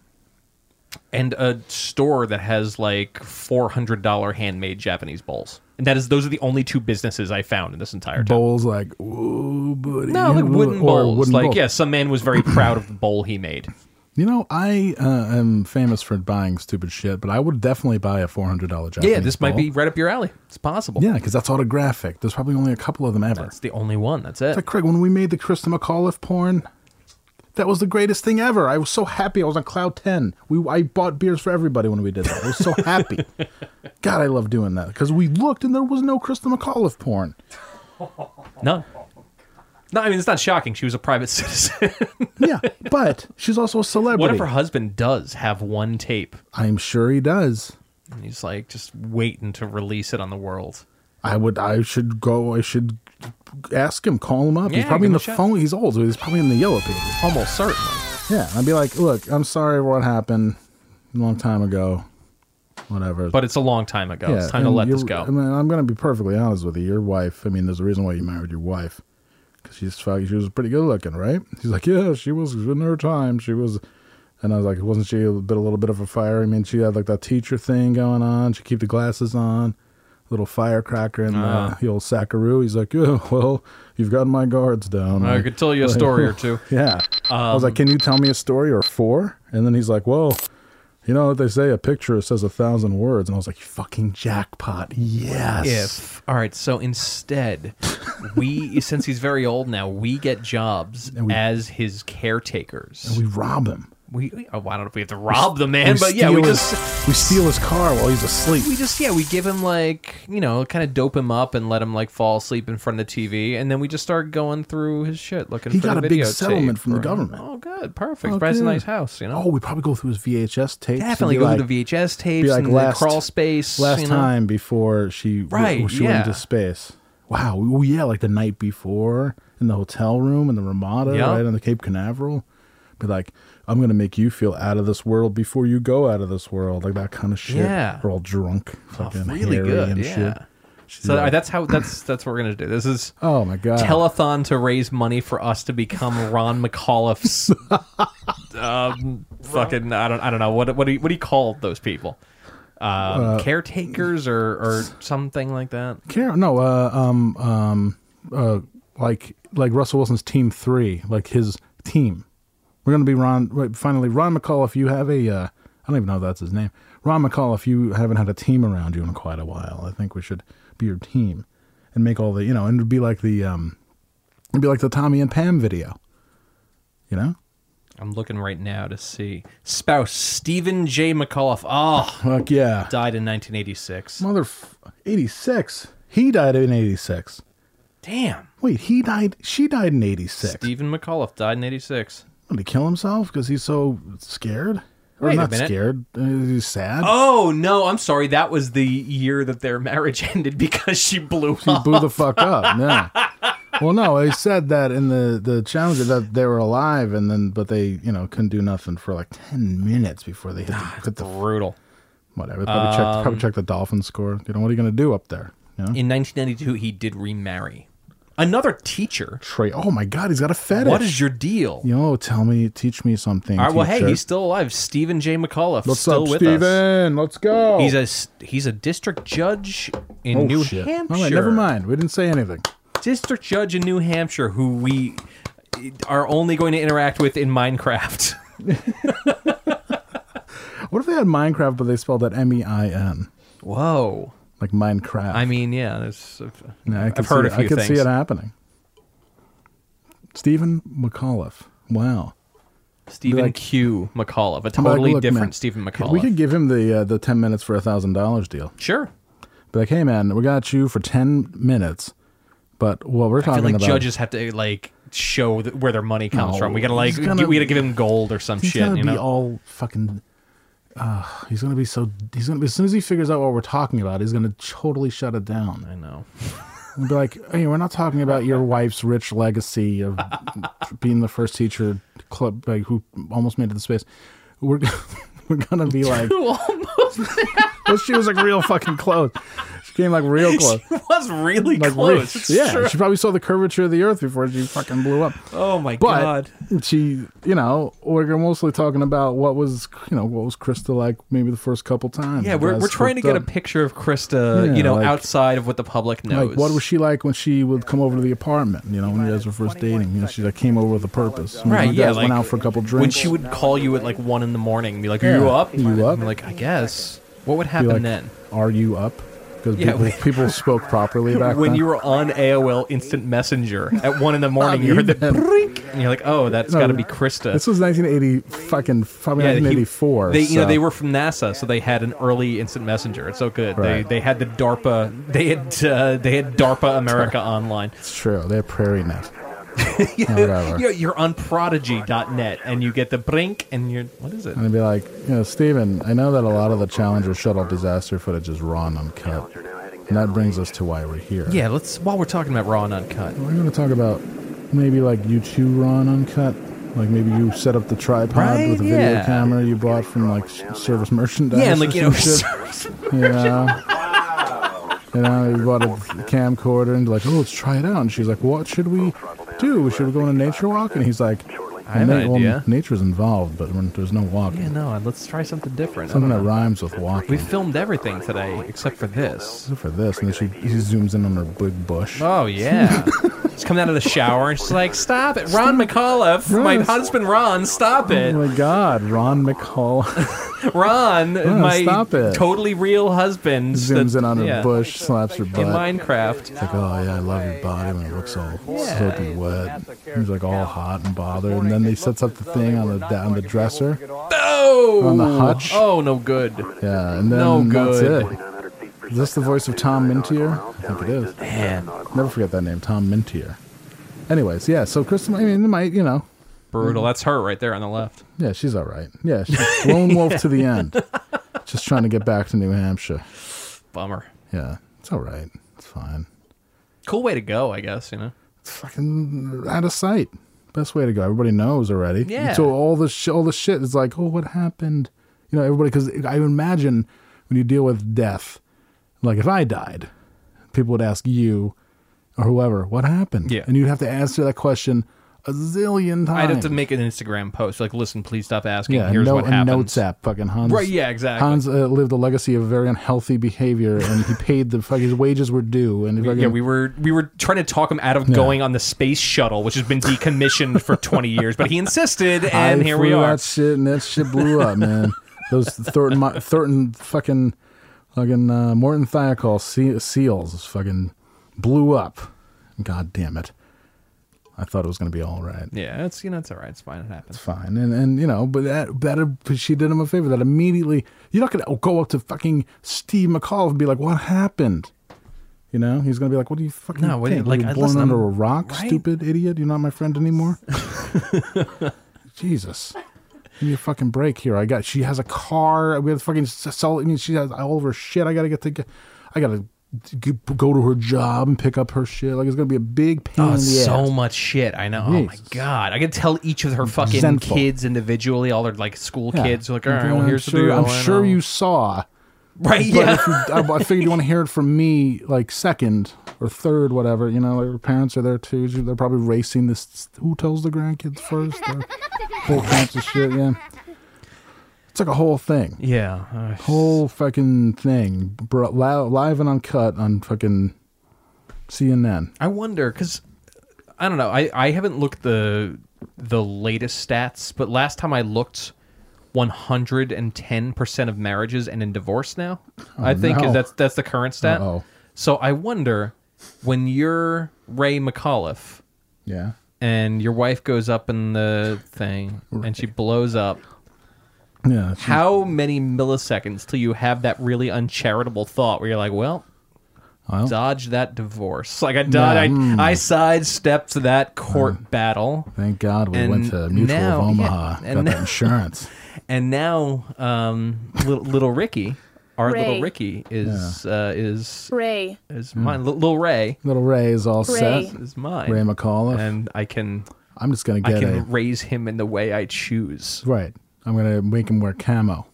Speaker 2: and a store that has like four hundred dollar handmade Japanese bowls. And that is those are the only two businesses I found in this entire town.
Speaker 3: bowls like ooh, buddy.
Speaker 2: No, like wooden
Speaker 3: or
Speaker 2: bowls.
Speaker 3: wooden
Speaker 2: like
Speaker 3: bowls.
Speaker 2: yeah, some man was very proud of the bowl he made.
Speaker 3: You know, I uh, am famous for buying stupid shit, but I would definitely buy a four hundred dollar Japanese.
Speaker 2: yeah, this might
Speaker 3: bowl.
Speaker 2: be right up your alley. It's possible.
Speaker 3: Yeah, because that's autographic. There's probably only a couple of them ever.
Speaker 2: That's the only one. That's it.
Speaker 3: Like Craig, when we made the Krista McAuliffe porn, that was the greatest thing ever. I was so happy. I was on cloud ten. We I bought beers for everybody when we did that. I was so happy. God, I love doing that because we looked and there was no Krista McAuliffe porn.
Speaker 2: No. No, I mean it's not shocking. She was a private citizen.
Speaker 3: Yeah, but she's also a
Speaker 2: what
Speaker 3: celebrity.
Speaker 2: if her husband does have one tape
Speaker 3: I'm sure he does.
Speaker 2: and he's like just waiting to release it on the world?
Speaker 3: I would. I should go. I should ask him. Call him up. he's
Speaker 2: Yeah,
Speaker 3: probably in
Speaker 2: give him
Speaker 3: the
Speaker 2: a shout.
Speaker 3: phone. He's old, so he's probably in the yellow pages.
Speaker 2: Almost certainly.
Speaker 3: Yeah, I'd be like, look, I'm sorry for what happened a long time ago. Whatever.
Speaker 2: But it's a long time ago.
Speaker 3: yeah,
Speaker 2: it's time to
Speaker 3: and
Speaker 2: let this
Speaker 3: you're-
Speaker 2: go.
Speaker 3: I mean, I'm going to be perfectly honest with you. Your wife, I mean, there's a reason why you married your wife. Because she's fucking, she was pretty good looking, right? He's like, yeah, she was in her time. She was. And I was like, wasn't she a bit a little bit of a fire? I mean, she had like that teacher thing going on. She keep the glasses on, little firecracker in
Speaker 2: Ah.
Speaker 3: the, the old sackaroo. He's like, yeah, well, you've got my guards down.
Speaker 2: I
Speaker 3: Like,
Speaker 2: could tell you a story or two. Um,
Speaker 3: yeah. I was like, can you tell me a story or four? And then he's like, well, you know what they say? A picture says a thousand words. And I was like, fucking jackpot. Yes.
Speaker 2: if all right so instead we since he's very old now we get jobs
Speaker 3: we-
Speaker 2: as his caretakers
Speaker 3: We rob him.
Speaker 2: we, we- oh, i don't know if we have to rob the man but yeah
Speaker 3: steal
Speaker 2: we
Speaker 3: his-
Speaker 2: just
Speaker 3: we steal his car while he's asleep.
Speaker 2: we just yeah we give him like you know kind of dope him up and let him like fall asleep in front of the tv and then we just start going through his shit looking
Speaker 3: He
Speaker 2: for
Speaker 3: got
Speaker 2: the
Speaker 3: a big
Speaker 2: videotape
Speaker 3: settlement from the
Speaker 2: or-
Speaker 3: government.
Speaker 2: oh good perfect
Speaker 3: Oh,
Speaker 2: buys a
Speaker 3: good.
Speaker 2: nice house you know
Speaker 3: Oh, we probably go through his VHS tapes. and
Speaker 2: definitely
Speaker 3: be
Speaker 2: go
Speaker 3: like,
Speaker 2: to the vhs
Speaker 3: be
Speaker 2: tapes
Speaker 3: like
Speaker 2: and
Speaker 3: last-
Speaker 2: the crawl space
Speaker 3: Last
Speaker 2: you know?
Speaker 3: time before she, w-
Speaker 2: Right,
Speaker 3: she
Speaker 2: yeah.
Speaker 3: went into space. Wow. Oh, yeah. Like the night before in the hotel room in the Ramada,
Speaker 2: Yeah.
Speaker 3: right on the Cape Canaveral. Be like, I'm going to make you feel out of this world before you go out of this world. Like that kind of shit.
Speaker 2: Yeah. Oh,
Speaker 3: We're all drunk. Fucking
Speaker 2: really
Speaker 3: hairy
Speaker 2: good
Speaker 3: and
Speaker 2: yeah
Speaker 3: shit. She's
Speaker 2: so all
Speaker 3: like,
Speaker 2: right, that's how that's that's what we're gonna do this is
Speaker 3: oh, my God.
Speaker 2: telethon to raise money for us to become Ron McAuliffe's um, fucking I don't I don't know what what do you, what do you call those people? Um,
Speaker 3: Uh,
Speaker 2: caretakers or or something like that.
Speaker 3: Care- no, uh, um, um, uh, like like Russell Wilson's team three, like his team. We're gonna be Ron. Wait, finally, Ron McCall. If you have a, uh, I don't even know if that's his name. Ron McCall. If you haven't had a team around you in quite a while, I think we should be your team and make all the you know, and it'd be like the um, it'd be like the Tommy and Pam video. You know,
Speaker 2: I'm looking right now to see spouse Stephen J McAuliffe. Oh,
Speaker 3: like yeah,
Speaker 2: died in 1986.
Speaker 3: mother eighty six. He died in eighty six.
Speaker 2: Damn,
Speaker 3: Wait, he died. She died in eighty six.
Speaker 2: Stephen McAuliffe died in 86.
Speaker 3: Did he kill himself because he's so scared? Or
Speaker 2: Wait a
Speaker 3: not
Speaker 2: minute.
Speaker 3: scared. Uh, He's sad.
Speaker 2: Oh no, I'm sorry. That was the year that their marriage ended because she blew
Speaker 3: He
Speaker 2: up.
Speaker 3: blew the fuck up. Yeah. Well, no, they said that in the the challenger that they were alive, and then but they you know couldn't do nothing for like ten minutes before they hit
Speaker 2: Ah,
Speaker 3: the, hit the
Speaker 2: Brutal.
Speaker 3: whatever. They Probably
Speaker 2: Um,
Speaker 3: checked probably checked the dolphin score. You know what are you gonna do up there? You know?
Speaker 2: In 1992, he did remarry another teacher.
Speaker 3: Trey. Oh my God, he's got a fetish.
Speaker 2: What is your deal?
Speaker 3: You know, tell me, teach me something.
Speaker 2: All right, well, hey,
Speaker 3: teacher.
Speaker 2: he's still alive. Stephen J. McAuliffe
Speaker 3: What's
Speaker 2: still
Speaker 3: up,
Speaker 2: with
Speaker 3: Steven?
Speaker 2: us.
Speaker 3: Let's go.
Speaker 2: He's a s- he's a district judge in
Speaker 3: Oh,
Speaker 2: New
Speaker 3: shit.
Speaker 2: Hampshire.
Speaker 3: All right, never mind. We didn't say anything.
Speaker 2: District judge in New Hampshire, who we are only going to interact with in Minecraft.
Speaker 3: What if they had Minecraft, but they spelled it M E I N,
Speaker 2: Whoa.
Speaker 3: like Minecraft?
Speaker 2: I mean, yeah, that's, I've,
Speaker 3: Yeah, I could
Speaker 2: I've heard
Speaker 3: see it.
Speaker 2: a few
Speaker 3: I could
Speaker 2: things.
Speaker 3: see it happening. Stephen McAuliffe. Wow.
Speaker 2: Stephen
Speaker 3: like-
Speaker 2: Q. McAuliffe, a
Speaker 3: I'm like,
Speaker 2: totally
Speaker 3: look,
Speaker 2: different
Speaker 3: man,
Speaker 2: Stephen McAuliffe.
Speaker 3: We could give him the uh, the ten minutes for a thousand dollars deal.
Speaker 2: sure.
Speaker 3: Be like, hey man, we got you for ten minutes, but what we're
Speaker 2: I
Speaker 3: talking
Speaker 2: feel like
Speaker 3: about
Speaker 2: judges have to like show th- where their money comes
Speaker 3: No,
Speaker 2: from. We gotta like
Speaker 3: he's gonna-
Speaker 2: we gotta give him gold or some
Speaker 3: he's
Speaker 2: shit.
Speaker 3: gonna
Speaker 2: You
Speaker 3: be
Speaker 2: know,
Speaker 3: all fucking. Uh, he's gonna be so. He's gonna be as soon as he figures out what we're talking about, he's gonna totally shut it down.
Speaker 2: I know.
Speaker 3: And be like, hey, we're not talking about your wife's rich legacy of being the first teacher club like, who almost made it to space. We're we're gonna be like, well, she was like real fucking close. She came like real close,
Speaker 2: It was really
Speaker 3: like real-
Speaker 2: close. It's
Speaker 3: yeah,
Speaker 2: true.
Speaker 3: she probably saw the curvature of the Earth before she fucking blew up.
Speaker 2: Oh my
Speaker 3: But
Speaker 2: god.
Speaker 3: she, you know, we're mostly talking about what was, you know, what was Krista like maybe the first couple times.
Speaker 2: Yeah, we're,
Speaker 3: Guys
Speaker 2: we're trying to
Speaker 3: hooked
Speaker 2: get a
Speaker 3: up.
Speaker 2: picture of Krista,
Speaker 3: Yeah,
Speaker 2: you know,
Speaker 3: like-
Speaker 2: outside of what the public knows.
Speaker 3: Like, what was she like when she would come over to the apartment? You know, when you guys were first dating, you know, she like came over with a purpose. You know,
Speaker 2: Right,
Speaker 3: You
Speaker 2: yeah,
Speaker 3: guys went
Speaker 2: like,
Speaker 3: out for a couple drinks.
Speaker 2: when she would call you at like one in the morning and be like, "Are you
Speaker 3: Yeah.
Speaker 2: up?
Speaker 3: You
Speaker 2: And
Speaker 3: up?
Speaker 2: I'm like, I guess. What would
Speaker 3: Be
Speaker 2: happen
Speaker 3: like,
Speaker 2: then?
Speaker 3: Are you up? Because
Speaker 2: Yeah,
Speaker 3: people,
Speaker 2: we-
Speaker 3: people spoke properly back
Speaker 2: When
Speaker 3: then.
Speaker 2: you were on AOL Instant Messenger at one in the morning, you heard the brink, and you're like, "Oh, that's
Speaker 3: No,
Speaker 2: got to be Krista."
Speaker 3: This was 1980, fucking probably
Speaker 2: Yeah, he-
Speaker 3: 1984.
Speaker 2: They, you know,
Speaker 3: so-
Speaker 2: they were from NASA, so they had an early instant messenger. It's so good.
Speaker 3: Right.
Speaker 2: They they had the DARPA. They had uh, they had DARPA America online.
Speaker 3: It's true. They're prairie net. Whatever.
Speaker 2: You're, you're on Prodigy.net, and you get the brink, and you're what is it?
Speaker 3: And I'd be like, you know, Steven, I know that a lot of the Challenger shuttle disaster footage is raw and uncut. And that brings us to why we're here.
Speaker 2: Yeah, let's while we're talking about raw and uncut.
Speaker 3: We're going to talk about maybe like you two raw and uncut. Like maybe you set up the tripod
Speaker 2: Right?
Speaker 3: with a video
Speaker 2: Yeah.
Speaker 3: camera you bought from like s- service merchandise.
Speaker 2: Yeah, and like
Speaker 3: or
Speaker 2: you know,
Speaker 3: some shit. Yeah. You know, we bought a camcorder and like, oh, let's try it out. And she's like, what should we do? Should we go on a nature walk? And he's like,
Speaker 2: I have an idea.
Speaker 3: nature's involved, but when there's no walking.
Speaker 2: yeah, no, let's try something different. I
Speaker 3: Something
Speaker 2: don't
Speaker 3: that
Speaker 2: know.
Speaker 3: rhymes with
Speaker 2: We
Speaker 3: walking.
Speaker 2: filmed everything today except for this.
Speaker 3: Except for this, and then she, she zooms in on her big bush.
Speaker 2: Oh yeah, she's coming out of the shower and she's like, "Stop it, Ron McAuliffe, my
Speaker 3: Yes.
Speaker 2: husband Ron, stop it."
Speaker 3: Oh my God, Ron McCall
Speaker 2: Ron, my
Speaker 3: Oh, stop it.
Speaker 2: totally real husband,
Speaker 3: zooms
Speaker 2: that-
Speaker 3: in on her
Speaker 2: yeah,
Speaker 3: bush, slaps her butt.
Speaker 2: in Minecraft.
Speaker 3: It's like, oh yeah, I love your body when it looks all soapy wet. He's like all hot and bothered, and then he sets up the thing on the on the dresser.
Speaker 2: Oh,
Speaker 3: On the hutch.
Speaker 2: Oh, no good.
Speaker 3: Yeah, and then
Speaker 2: No
Speaker 3: that's
Speaker 2: good.
Speaker 3: it. Is this the voice of Tom Mintier? I think it is.
Speaker 2: Man,
Speaker 3: Never forget that name, Tom Mintier. Anyways, yeah. So Kristen, I mean, it might, you know,
Speaker 2: brutal. That's her right there on the left.
Speaker 3: Yeah, she's all right. Yeah, she's lone wolf to the end. Just trying to get back to New Hampshire.
Speaker 2: Bummer.
Speaker 3: Yeah, it's all right. It's fine.
Speaker 2: Cool way to go, I guess. You know.
Speaker 3: It's fucking out of sight. Best way to go. Everybody knows already.
Speaker 2: Yeah.
Speaker 3: So all the sh- all the shit is like, oh, what happened? You know, everybody. Because I imagine when you deal with death, like if I died, people would ask you or whoever, what happened?
Speaker 2: Yeah.
Speaker 3: And you'd have to answer that question a zillion times.
Speaker 2: I'd have to make an Instagram post like, "Listen, please stop asking.
Speaker 3: Yeah,
Speaker 2: Here's
Speaker 3: no,
Speaker 2: what
Speaker 3: a
Speaker 2: happened."
Speaker 3: notes app, fucking Hans.
Speaker 2: Right, yeah, exactly.
Speaker 3: Hans uh, lived a legacy of very unhealthy behavior, and he paid the fuck. His wages were due, and he fucking,
Speaker 2: Yeah, we were we were trying to talk him out of going on the space shuttle, which has been decommissioned for 20 years, but he insisted, and
Speaker 3: I
Speaker 2: here we
Speaker 3: flew
Speaker 2: are.
Speaker 3: That shit and that shit blew up, man. Those Thornton, Mo- Thornton, fucking, fucking uh, Morton Thiokol se- seals fucking blew up. God damn it! I thought it was gonna be all right.
Speaker 2: Yeah, it's you know it's all right. It's fine. It happens.
Speaker 3: fine. And and you know, but that that but she did him a favor. That immediately you're not gonna go up to fucking Steve McCall and be like, "What happened?" You know, he's gonna be like, "What do you fucking
Speaker 2: No, what do you-
Speaker 3: think?
Speaker 2: like,
Speaker 3: Were
Speaker 2: I-
Speaker 3: you born
Speaker 2: listen,
Speaker 3: under
Speaker 2: I'm-
Speaker 3: a rock,
Speaker 2: right?
Speaker 3: stupid idiot. You're not my friend anymore." Jesus. Give me a fucking break here. I got. She has a car. We have fucking s- sell. I mean, she has all of her shit. I gotta get to. get- I gotta g- go to her job and pick up her shit. Like it's gonna be a big pain.
Speaker 2: Oh,
Speaker 3: in the
Speaker 2: it's so
Speaker 3: ass.
Speaker 2: much shit. I know. Oh my
Speaker 3: Jesus.
Speaker 2: god, I could tell each of her fucking
Speaker 3: Resentful.
Speaker 2: kids individually, all their like school
Speaker 3: Yeah.
Speaker 2: kids. Like, all right, well,
Speaker 3: I'm
Speaker 2: here's
Speaker 3: sure,
Speaker 2: the deal.
Speaker 3: I'm
Speaker 2: I
Speaker 3: sure
Speaker 2: know.
Speaker 3: you saw.
Speaker 2: right.
Speaker 3: But
Speaker 2: Yeah.
Speaker 3: if you, I, I figured you want to hear it from me, like second or third, whatever. You know, like her parents are there too. They're probably racing this. Who tells the grandkids first? Or all kinds of shit. Yeah, it's like a whole thing,
Speaker 2: Yeah. Uh,
Speaker 3: whole fucking thing, bro, li- live and uncut on fucking CNN.
Speaker 2: I wonder because I don't know. I, I haven't looked the the latest stats, but last time I looked, one hundred and ten percent of marriages end in divorce. Now I think
Speaker 3: Oh, no.
Speaker 2: that's that's the current stat.
Speaker 3: Uh-oh.
Speaker 2: So I wonder when you're Ray McAuliffe
Speaker 3: Yeah,
Speaker 2: and your wife goes up in the thing and she blows up.
Speaker 3: yeah. it's-
Speaker 2: How many milliseconds till you have that really uncharitable thought where you're like, well,
Speaker 3: Well.
Speaker 2: dodge that divorce. Hmm. Like I dodged, I, I sidestepped that court battle,
Speaker 3: Thank God we
Speaker 2: And
Speaker 3: went to Mutual
Speaker 2: now-
Speaker 3: of
Speaker 2: yeah,
Speaker 3: Omaha,
Speaker 2: and
Speaker 3: got
Speaker 2: now-
Speaker 3: that insurance.
Speaker 2: and now um, little, little Ricky, our little
Speaker 6: Ray.
Speaker 2: Ricky is uh, is
Speaker 6: Ray.
Speaker 2: is mine. Li- Little Ray
Speaker 3: Little Ray is all
Speaker 6: Ray.
Speaker 3: set.
Speaker 2: is mine.
Speaker 3: Ray McAuliffe.
Speaker 2: and I can
Speaker 3: I'm just gonna
Speaker 2: I
Speaker 3: get
Speaker 2: can
Speaker 3: a
Speaker 2: raise him in the way I choose.
Speaker 3: Right. I'm gonna make him wear camo,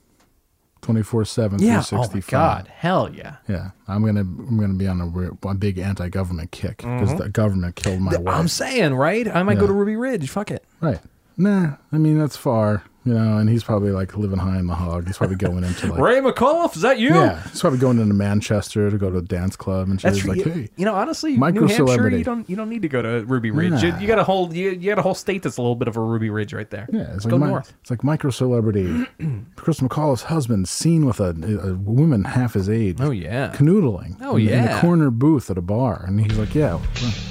Speaker 3: twenty four seven,
Speaker 2: Yeah.
Speaker 3: three
Speaker 2: Oh my
Speaker 3: sixty five.
Speaker 2: God. Hell yeah.
Speaker 3: Yeah, I'm gonna I'm gonna be on a, re- a big anti government kick because the government killed my wife.
Speaker 2: Mm-hmm. I'm saying, right? I might go
Speaker 3: Yeah.
Speaker 2: to Ruby Ridge. Fuck it.
Speaker 3: right. Nah, I mean that's far, you know. And he's probably like living high in the hog. He's probably going into like
Speaker 2: Ray McAuliffe, is that you?
Speaker 3: yeah, he's probably going into Manchester to go to a dance club and shit.
Speaker 2: That's
Speaker 3: He's
Speaker 2: true.
Speaker 3: like,
Speaker 2: you,
Speaker 3: hey,
Speaker 2: you know, honestly,
Speaker 3: micro
Speaker 2: New Hampshire,
Speaker 3: celebrity.
Speaker 2: you don't you don't need to go to Ruby Ridge. You,
Speaker 3: Nah.
Speaker 2: you got a whole you, you got a whole state that's a little bit of a Ruby Ridge right there.
Speaker 3: yeah, it's
Speaker 2: Let's go
Speaker 3: like mi-
Speaker 2: north.
Speaker 3: it's like micro celebrity. Chris McCall's husband seen with a, a woman half his age.
Speaker 2: Oh yeah,
Speaker 3: Canoodling.
Speaker 2: Oh,
Speaker 3: in- In the
Speaker 2: yeah.
Speaker 3: corner booth at a bar, and he's like, yeah. well,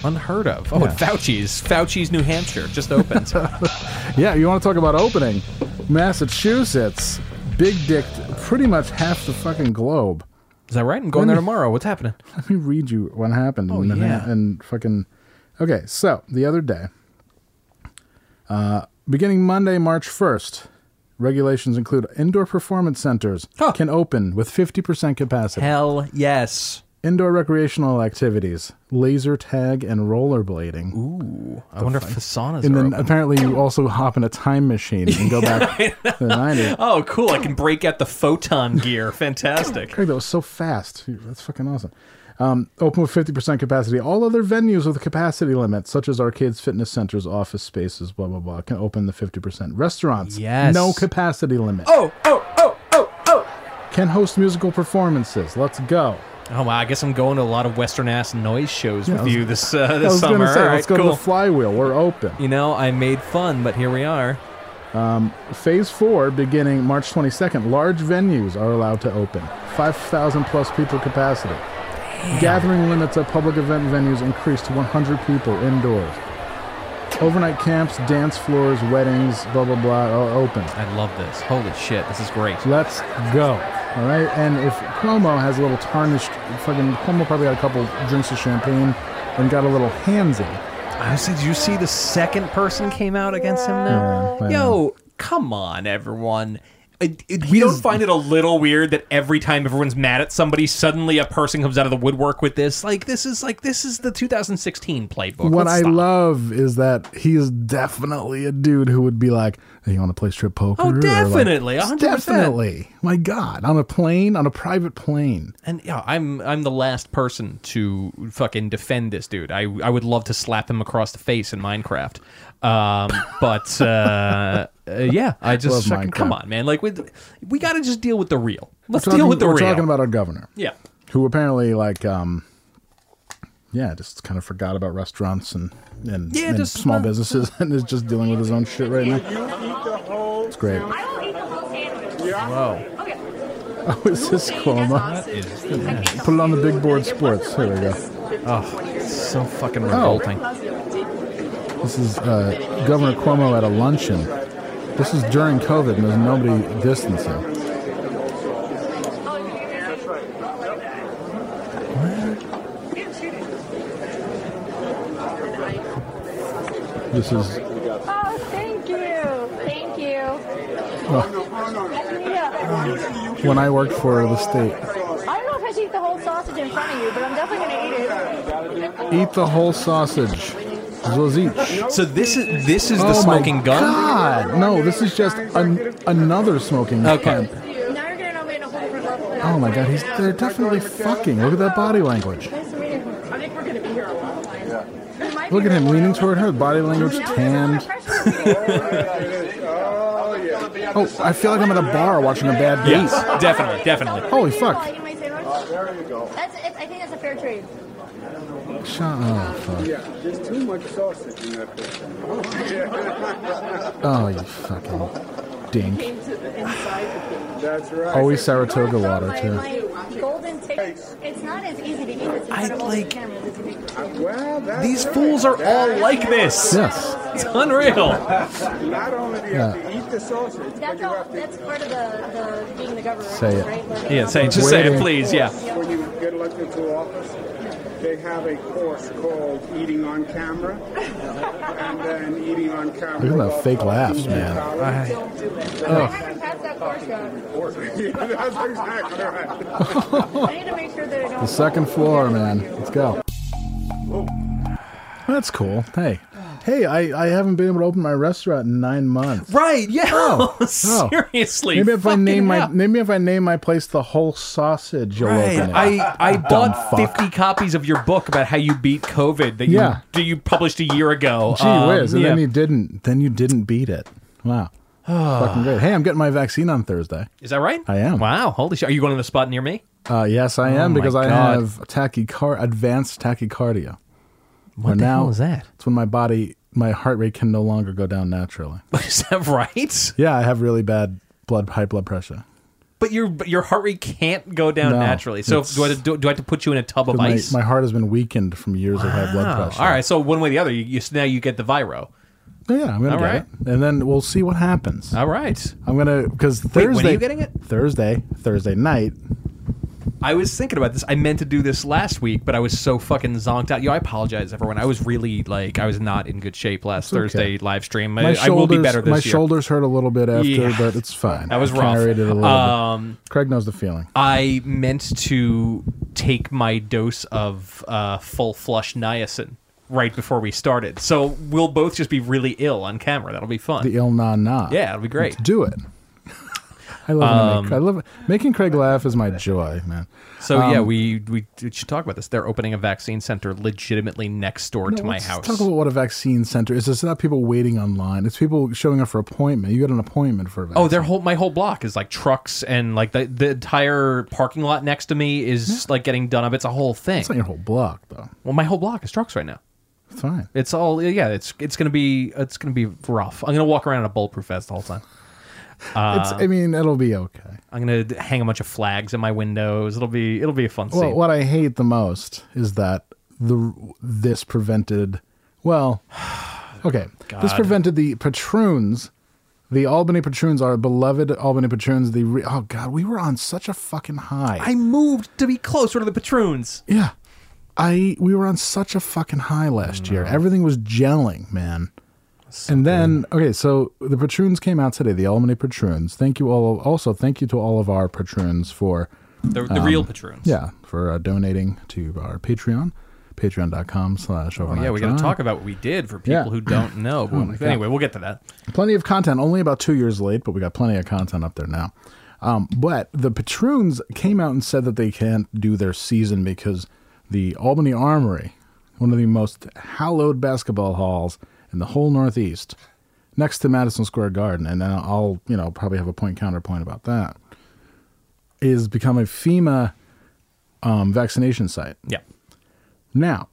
Speaker 2: unheard of. Oh, and Fauci's Fauci's New Hampshire just opened.
Speaker 3: Yeah, you want to talk about opening? Massachusetts, big dick, pretty much half the fucking globe.
Speaker 2: is that right? I'm going there tomorrow. What's happening?
Speaker 3: Let me read you what happened.
Speaker 2: Oh,
Speaker 3: in Manha-
Speaker 2: yeah.
Speaker 3: And fucking. Okay, so the other day, uh, beginning Monday, March 1st, regulations include indoor performance centers
Speaker 2: Huh.
Speaker 3: can open with 50% capacity.
Speaker 2: Hell yes.
Speaker 3: Indoor recreational activities, laser tag and rollerblading.
Speaker 2: Ooh, I wonder if the saunas
Speaker 3: and
Speaker 2: are
Speaker 3: then
Speaker 2: open.
Speaker 3: apparently you also hop in a time machine and go back to the 90s.
Speaker 2: Oh, cool! I can break out the photon gear. Fantastic.
Speaker 3: Craig, that was so fast. Dude, That's fucking awesome. Um, open with 50% capacity. All other venues with capacity limits, such as arcades, fitness centers, office spaces, blah, blah, blah, can open the 50%. Restaurants,
Speaker 2: Yes.
Speaker 3: no capacity limit.
Speaker 2: Oh, oh, oh, oh, oh.
Speaker 3: Can host musical performances. Let's go.
Speaker 2: Oh wow! I guess I'm going to a lot of Western ass noise shows
Speaker 3: Yeah, I
Speaker 2: with
Speaker 3: was-
Speaker 2: you this uh,
Speaker 3: I
Speaker 2: this
Speaker 3: was
Speaker 2: summer.
Speaker 3: gonna say,
Speaker 2: All right,
Speaker 3: let's go
Speaker 2: cool.
Speaker 3: to the flywheel. We're open.
Speaker 2: you know, I made fun, but here we are.
Speaker 3: Phase four, beginning March 22nd, large venues are allowed to open, 5,000 plus people capacity. Gathering limits at public event venues increased to 100 people indoors. Overnight camps, dance floors, weddings, blah, blah, blah, are open.
Speaker 2: I love this. Holy shit, this is great.
Speaker 3: Let's go. All right. And if Cuomo has a little tarnished, fucking Cuomo probably had a couple drinks of champagne and got a little handsy.
Speaker 2: I said, did you see the second person came out against him now?
Speaker 3: Yeah, I
Speaker 2: Yo, come on, everyone. It- it- we don't find it a little weird that every time everyone's mad at somebody, suddenly a person comes out of the woodwork with this. Like this is like this is the 2016 playbook.
Speaker 3: What
Speaker 2: Let's
Speaker 3: I
Speaker 2: stop.
Speaker 3: love is that he is definitely a dude who would be like, hey, "You want to play strip poker?"
Speaker 2: Oh,
Speaker 3: Or like-
Speaker 2: definitely, 100%.
Speaker 3: definitely. My God, on a plane, on a private plane.
Speaker 2: and yeah, I'm I'm the last person to fucking defend this dude. I I would love to slap him across the face in Minecraft. Um, but uh, uh, yeah, I just
Speaker 3: Love
Speaker 2: fucking- come
Speaker 3: Minecraft.
Speaker 2: on, man. Like we we got to just deal with the real. Let's
Speaker 3: We're talking-
Speaker 2: deal with the
Speaker 3: we're
Speaker 2: real.
Speaker 3: talking about our governor,
Speaker 2: yeah.
Speaker 3: who apparently like, um, yeah, just kind of forgot about restaurants and and,
Speaker 2: Yeah,
Speaker 3: and
Speaker 2: just-
Speaker 3: small businesses, and is just dealing with his own shit right now. It's great.
Speaker 7: I will eat the whole sandwich.
Speaker 2: Whoa.
Speaker 7: Okay.
Speaker 3: Oh, is this Cuomo? Put it on the big board sports. Here we go.
Speaker 2: So fucking revolting.
Speaker 3: This is uh, Governor Cuomo at a luncheon. This is during COVID, and there's nobody distancing. This is
Speaker 7: Oh, thank you. Thank you.
Speaker 3: uh, When I worked for the state,
Speaker 6: I don't know if I should eat the whole sausage in front of you, but I'm definitely going to eat it.
Speaker 3: eat the whole sausage. Zozich.
Speaker 2: So this is this is the
Speaker 3: Oh my
Speaker 2: smoking gun.
Speaker 3: God, no! This is just an, another smoking
Speaker 2: Okay.
Speaker 3: gun.
Speaker 6: Now you're going to know me in a whole different level.
Speaker 3: Oh my God, he's, they're definitely fucking. Look at that body language.
Speaker 6: Nice to meet you. I think we're going to be here a while. It might be
Speaker 3: Look at him
Speaker 6: really
Speaker 3: leaning
Speaker 6: loud.
Speaker 3: toward her. Body language
Speaker 6: Now there's a lot of
Speaker 3: tanned.
Speaker 6: pressure reading.
Speaker 3: Oh, I feel like I'm at a bar watching a bad date.
Speaker 2: Yes, definitely, definitely.
Speaker 3: Holy fuck.
Speaker 6: Oh, There you go. That's, it, I think that's a fair trade.
Speaker 3: Shut oh, fuck.
Speaker 7: There's too much sausage in that picture.
Speaker 3: Oh, you fucking dink.
Speaker 7: That's right.
Speaker 3: Always Saratoga water,
Speaker 6: My-
Speaker 3: too.
Speaker 6: my golden ticket. It's not as easy to eat as in
Speaker 2: I
Speaker 6: front of all
Speaker 2: like-
Speaker 6: these cameras as you think it is.
Speaker 7: Well, that's
Speaker 2: These
Speaker 7: right.
Speaker 2: fools are all like this.
Speaker 3: Yes.
Speaker 2: It's unreal.
Speaker 7: Not only do you have to eat the sausage, but
Speaker 6: That's
Speaker 7: you
Speaker 6: all.
Speaker 7: have to.
Speaker 6: That's part of the, the being the governor.
Speaker 3: Say it.
Speaker 6: Right? Learning
Speaker 2: Yeah,
Speaker 6: how
Speaker 2: say
Speaker 6: to-
Speaker 2: just say it,
Speaker 3: Waiting.
Speaker 2: please. Yeah.
Speaker 7: When you get elected to office, they have a course called eating on camera, and then eating on camera.
Speaker 3: Look at that
Speaker 7: while
Speaker 3: fake laughs,
Speaker 7: talking to your
Speaker 3: man.
Speaker 7: colleagues.
Speaker 6: I haven't passed that course yet.
Speaker 7: That's exactly right.
Speaker 6: I need to make sure that I don't.
Speaker 3: The second floor, man. Let's go. That's cool. Hey. Hey, I, I haven't been able to open my restaurant in nine months.
Speaker 2: Right. Yeah.
Speaker 3: Oh,
Speaker 2: Seriously.
Speaker 3: Maybe if I
Speaker 2: fucking
Speaker 3: name my
Speaker 2: hell.
Speaker 3: maybe if I name my place the whole sausage, you'll
Speaker 2: Right.
Speaker 3: open it.
Speaker 2: I, I bought
Speaker 3: fuck.
Speaker 2: 50 copies of your book about how you beat COVID that
Speaker 3: Yeah.
Speaker 2: you, that you published a year ago.
Speaker 3: Gee
Speaker 2: Um,
Speaker 3: whiz! And
Speaker 2: yeah.
Speaker 3: then you didn't. Then you didn't beat it. Wow. Fucking great. Hey, I'm getting my vaccine on Thursday.
Speaker 2: Is that right?
Speaker 3: I am.
Speaker 2: Wow. Holy shit. Are you going to a spot near me?
Speaker 3: Uh, yes, I am
Speaker 2: Oh my
Speaker 3: because I
Speaker 2: God.
Speaker 3: have tachycar- advanced tachycardia.
Speaker 2: What
Speaker 3: Where
Speaker 2: the
Speaker 3: now,
Speaker 2: hell is that?
Speaker 3: It's when my body, my heart rate can no longer go down naturally.
Speaker 2: Is that right?
Speaker 3: yeah, I have really bad blood, high blood pressure.
Speaker 2: But your but your heart rate can't go down
Speaker 3: No,
Speaker 2: naturally. So
Speaker 3: it's-
Speaker 2: do I, do, do I have to put you in a tub of
Speaker 3: 'Cause My,
Speaker 2: Oh, ice?
Speaker 3: my heart has been weakened from years of high blood
Speaker 2: Oh,
Speaker 3: pressure. Oh,
Speaker 2: all right. So one way or the other, you, you now you get the viro.
Speaker 3: Yeah, I'm gonna
Speaker 2: All
Speaker 3: get
Speaker 2: right.
Speaker 3: it, and then we'll see what happens.
Speaker 2: All right.
Speaker 3: I'm gonna because
Speaker 2: when are
Speaker 3: Thursday.
Speaker 2: you getting it?
Speaker 3: Thursday, Thursday night.
Speaker 2: I was thinking about this. I meant to do this last week, but I was so fucking zonked out. Yo, I apologize, everyone. I was really like I was not in good shape last Thursday live stream. I, I will be better this
Speaker 3: my
Speaker 2: year.
Speaker 3: shoulders hurt a little bit after,
Speaker 2: Yeah.
Speaker 3: but it's fine.
Speaker 2: That was
Speaker 3: I
Speaker 2: rough.
Speaker 3: Carried it a little
Speaker 2: Um,
Speaker 3: bit. Craig knows the feeling.
Speaker 2: I meant to take my dose of uh, full flush niacin right before we started. So we'll both just be really ill on camera. That'll be fun.
Speaker 3: The ill na na.
Speaker 2: yeah, it'll be great. Um,
Speaker 3: do it. I love when I, make, I love making Craig laugh is my joy, man.
Speaker 2: So
Speaker 3: um,
Speaker 2: yeah, we, we should talk about this. They're opening a vaccine center legitimately next door to
Speaker 3: No,
Speaker 2: my
Speaker 3: let's
Speaker 2: house.
Speaker 3: Talk about what a vaccine center is. It's not people waiting online. It's people showing up for appointment. You got an appointment for a vaccine.
Speaker 2: Oh, their whole my whole block is like trucks and like the the entire parking lot next to me is like getting done up. It's a whole thing.
Speaker 3: it's not your whole block though.
Speaker 2: well, my whole block is trucks right now.
Speaker 3: It's fine.
Speaker 2: It's all yeah. It's it's gonna be it's gonna be rough. I'm gonna walk around in a bulletproof vest the whole time. Uh,
Speaker 3: it's, I mean, it'll be okay.
Speaker 2: I'm gonna d- hang a bunch of flags in my windows. It'll be it'll be a fun
Speaker 3: Well,
Speaker 2: scene.
Speaker 3: what I hate the most is that the this prevented. Well, okay, this
Speaker 2: God.
Speaker 3: prevented the patroons. The Albany patroons, our beloved Albany patroons. The re- oh god, we were on such a fucking high.
Speaker 2: I moved to be closer to the patroons.
Speaker 3: Yeah. I we were on such a fucking high last year. Everything was gelling, man. and then okay, so the patroons came out today, the Albany patroons. Thank you all also thank you to all of our patroons for
Speaker 2: The, the real patroons.
Speaker 3: Um, yeah, for uh, donating to our Patreon, patreon.com slash
Speaker 2: Oh, yeah, we got to talk about what we did for people
Speaker 3: Yeah. Oh
Speaker 2: who don't know. But anyway, we'll get to that.
Speaker 3: plenty of content only about two years late but we got plenty of content up there now um, but the patroons came out and said that they can't do their season because the albany armory one of the most hallowed basketball halls in the whole northeast next to madison square garden and then i'll you know probably have a point counterpoint about that is become a fema um, vaccination site
Speaker 2: Yeah,
Speaker 3: now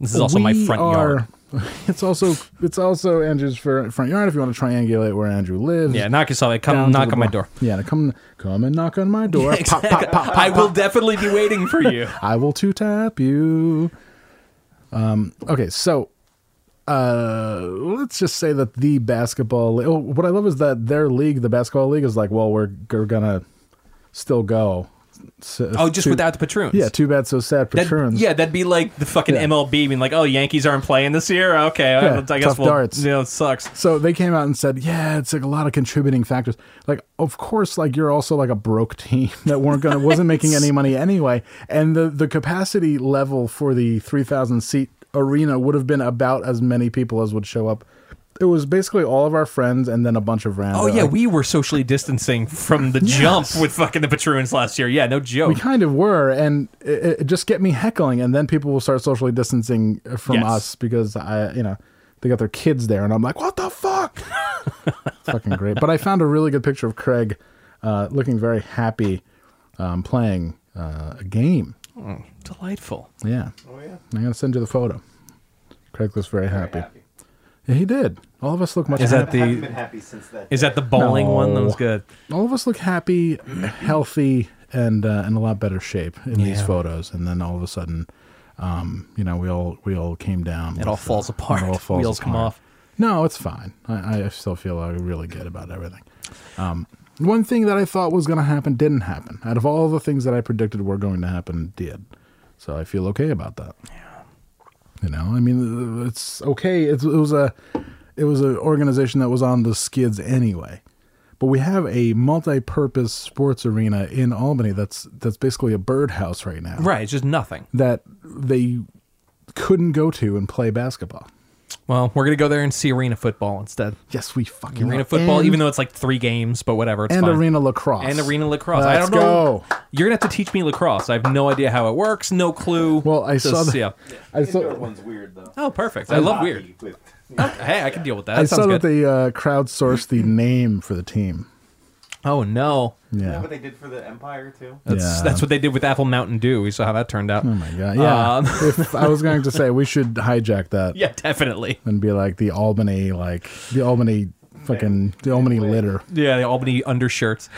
Speaker 2: this is also my front yard.
Speaker 3: yard. It's also it's also Andrew's fr- front yard. If you want to triangulate where Andrew lives,
Speaker 2: Yeah, knock yourself. out.
Speaker 3: down
Speaker 2: Come
Speaker 3: to
Speaker 2: knock
Speaker 3: the
Speaker 2: on my
Speaker 3: bar-
Speaker 2: door.
Speaker 3: Yeah, come come and knock on my door. Pop, pop, pop.
Speaker 2: I will definitely be waiting for you.
Speaker 3: I will two tap you. Um, okay, so uh, let's just say that the basketball. oh, What I love is that their league, the basketball league, is like, well, we're we're gonna still go so-
Speaker 2: Oh, just
Speaker 3: too-
Speaker 2: without the patroons.
Speaker 3: Yeah, too bad. So sad.
Speaker 2: That,
Speaker 3: Patroons.
Speaker 2: yeah, that'd be like the fucking
Speaker 3: Yeah.
Speaker 2: MLB being like, "Oh, Yankees aren't playing this year. Okay,
Speaker 3: Yeah,
Speaker 2: I I guess
Speaker 3: tough
Speaker 2: we'll."
Speaker 3: darts.
Speaker 2: You know, it sucks.
Speaker 3: So they came out and said, yeah, it's like a lot of contributing factors. Like, of course, like you're also like a broke team that weren't gonna wasn't making any money anyway, and the the capacity level for the three thousand seat arena would have been about as many people as would show up. It was basically all of our friends and then a bunch of random.
Speaker 2: Oh yeah, we were socially distancing from the jump with fucking the patroons last year. Yeah, no
Speaker 3: we
Speaker 2: joke.
Speaker 3: kind of were, and it, it just get me heckling, and then people will start socially distancing uh, from
Speaker 2: Yes.
Speaker 3: us because I, you know, they got their kids there, and I'm like, what the fuck? Fucking great. But I found a really good picture of Craig uh, looking very happy um, playing uh, a game.
Speaker 2: Delightful.
Speaker 3: Yeah. Oh yeah. I'm gonna send you the photo. Craig looks very, happy. Yeah, he did. All of us look much.
Speaker 2: Is that
Speaker 3: happier.
Speaker 2: the
Speaker 8: happy since that.
Speaker 2: is that the bowling
Speaker 3: No.
Speaker 2: one? That was good.
Speaker 3: All of us look happy, healthy, and uh, in a lot better shape in these
Speaker 2: Yeah.
Speaker 3: photos. And then all of a sudden, um, you know, we all we all came down. uh,
Speaker 2: It all falls apart.
Speaker 3: It all falls
Speaker 2: Wheels come
Speaker 3: apart.
Speaker 2: off.
Speaker 3: No, it's fine. I, I still feel uh, really good about everything. Um, one thing that I thought was going to happen didn't happen. Out of all the things that I predicted were going to happen, did. So I feel okay about that. You know, I mean, it's okay. It's, it was a, it was an organization that was on the skids anyway. But we have a multi-purpose sports arena in Albany that's that's basically a birdhouse right now
Speaker 2: Right, it's just nothing.
Speaker 3: that they couldn't go to and play basketball.
Speaker 2: Well, we're gonna go there and see arena football instead.
Speaker 3: Yes, we fucking
Speaker 2: Arena
Speaker 3: are.
Speaker 2: football,
Speaker 3: And-
Speaker 2: even though it's like three games, but whatever. It's
Speaker 3: and
Speaker 2: fine.
Speaker 3: arena lacrosse
Speaker 2: and arena lacrosse. I
Speaker 3: Let's
Speaker 2: don't know.
Speaker 3: go.
Speaker 2: You're gonna have to teach me lacrosse. I have no idea how it works. No clue.
Speaker 3: Well, I
Speaker 2: So,
Speaker 3: saw that.
Speaker 2: yeah.
Speaker 3: I
Speaker 8: Indoor
Speaker 3: saw.
Speaker 8: one's weird though.
Speaker 2: Oh, perfect. I love weird.
Speaker 8: Hockey with-
Speaker 2: Okay, hey, I can deal with that.
Speaker 3: I
Speaker 2: That sounds
Speaker 3: saw that
Speaker 2: good.
Speaker 3: they uh, crowdsourced the name for the team.
Speaker 2: Oh no,
Speaker 8: Isn't that
Speaker 3: Yeah.
Speaker 8: what they did for the Empire too?
Speaker 2: that's
Speaker 3: Yeah.
Speaker 2: that's what they did with Apple Mountain Dew. We saw how that turned out.
Speaker 3: Oh my god. Yeah.
Speaker 2: Um,
Speaker 3: if I was going to say we should hijack that
Speaker 2: yeah, definitely.
Speaker 3: and be like the Albany, like the Albany fucking the Albany litter.
Speaker 2: Yeah, the Albany undershirts.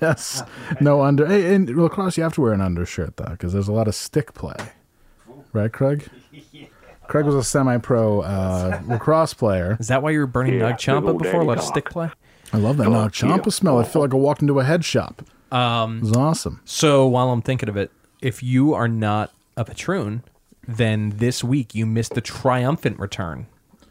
Speaker 3: Yes. No under. Hey, in lacrosse, you have to wear an undershirt though, because there's a lot of stick play. Right, Craig? Craig was a semi-pro uh, lacrosse player.
Speaker 2: Is that why you were burning Nug Champa before left stick play?
Speaker 3: I love that knock champa smell. I feel like I walked into a head shop. Um, it was awesome.
Speaker 2: So while I'm thinking of it, if you are not a patroon, then this week you missed the triumphant return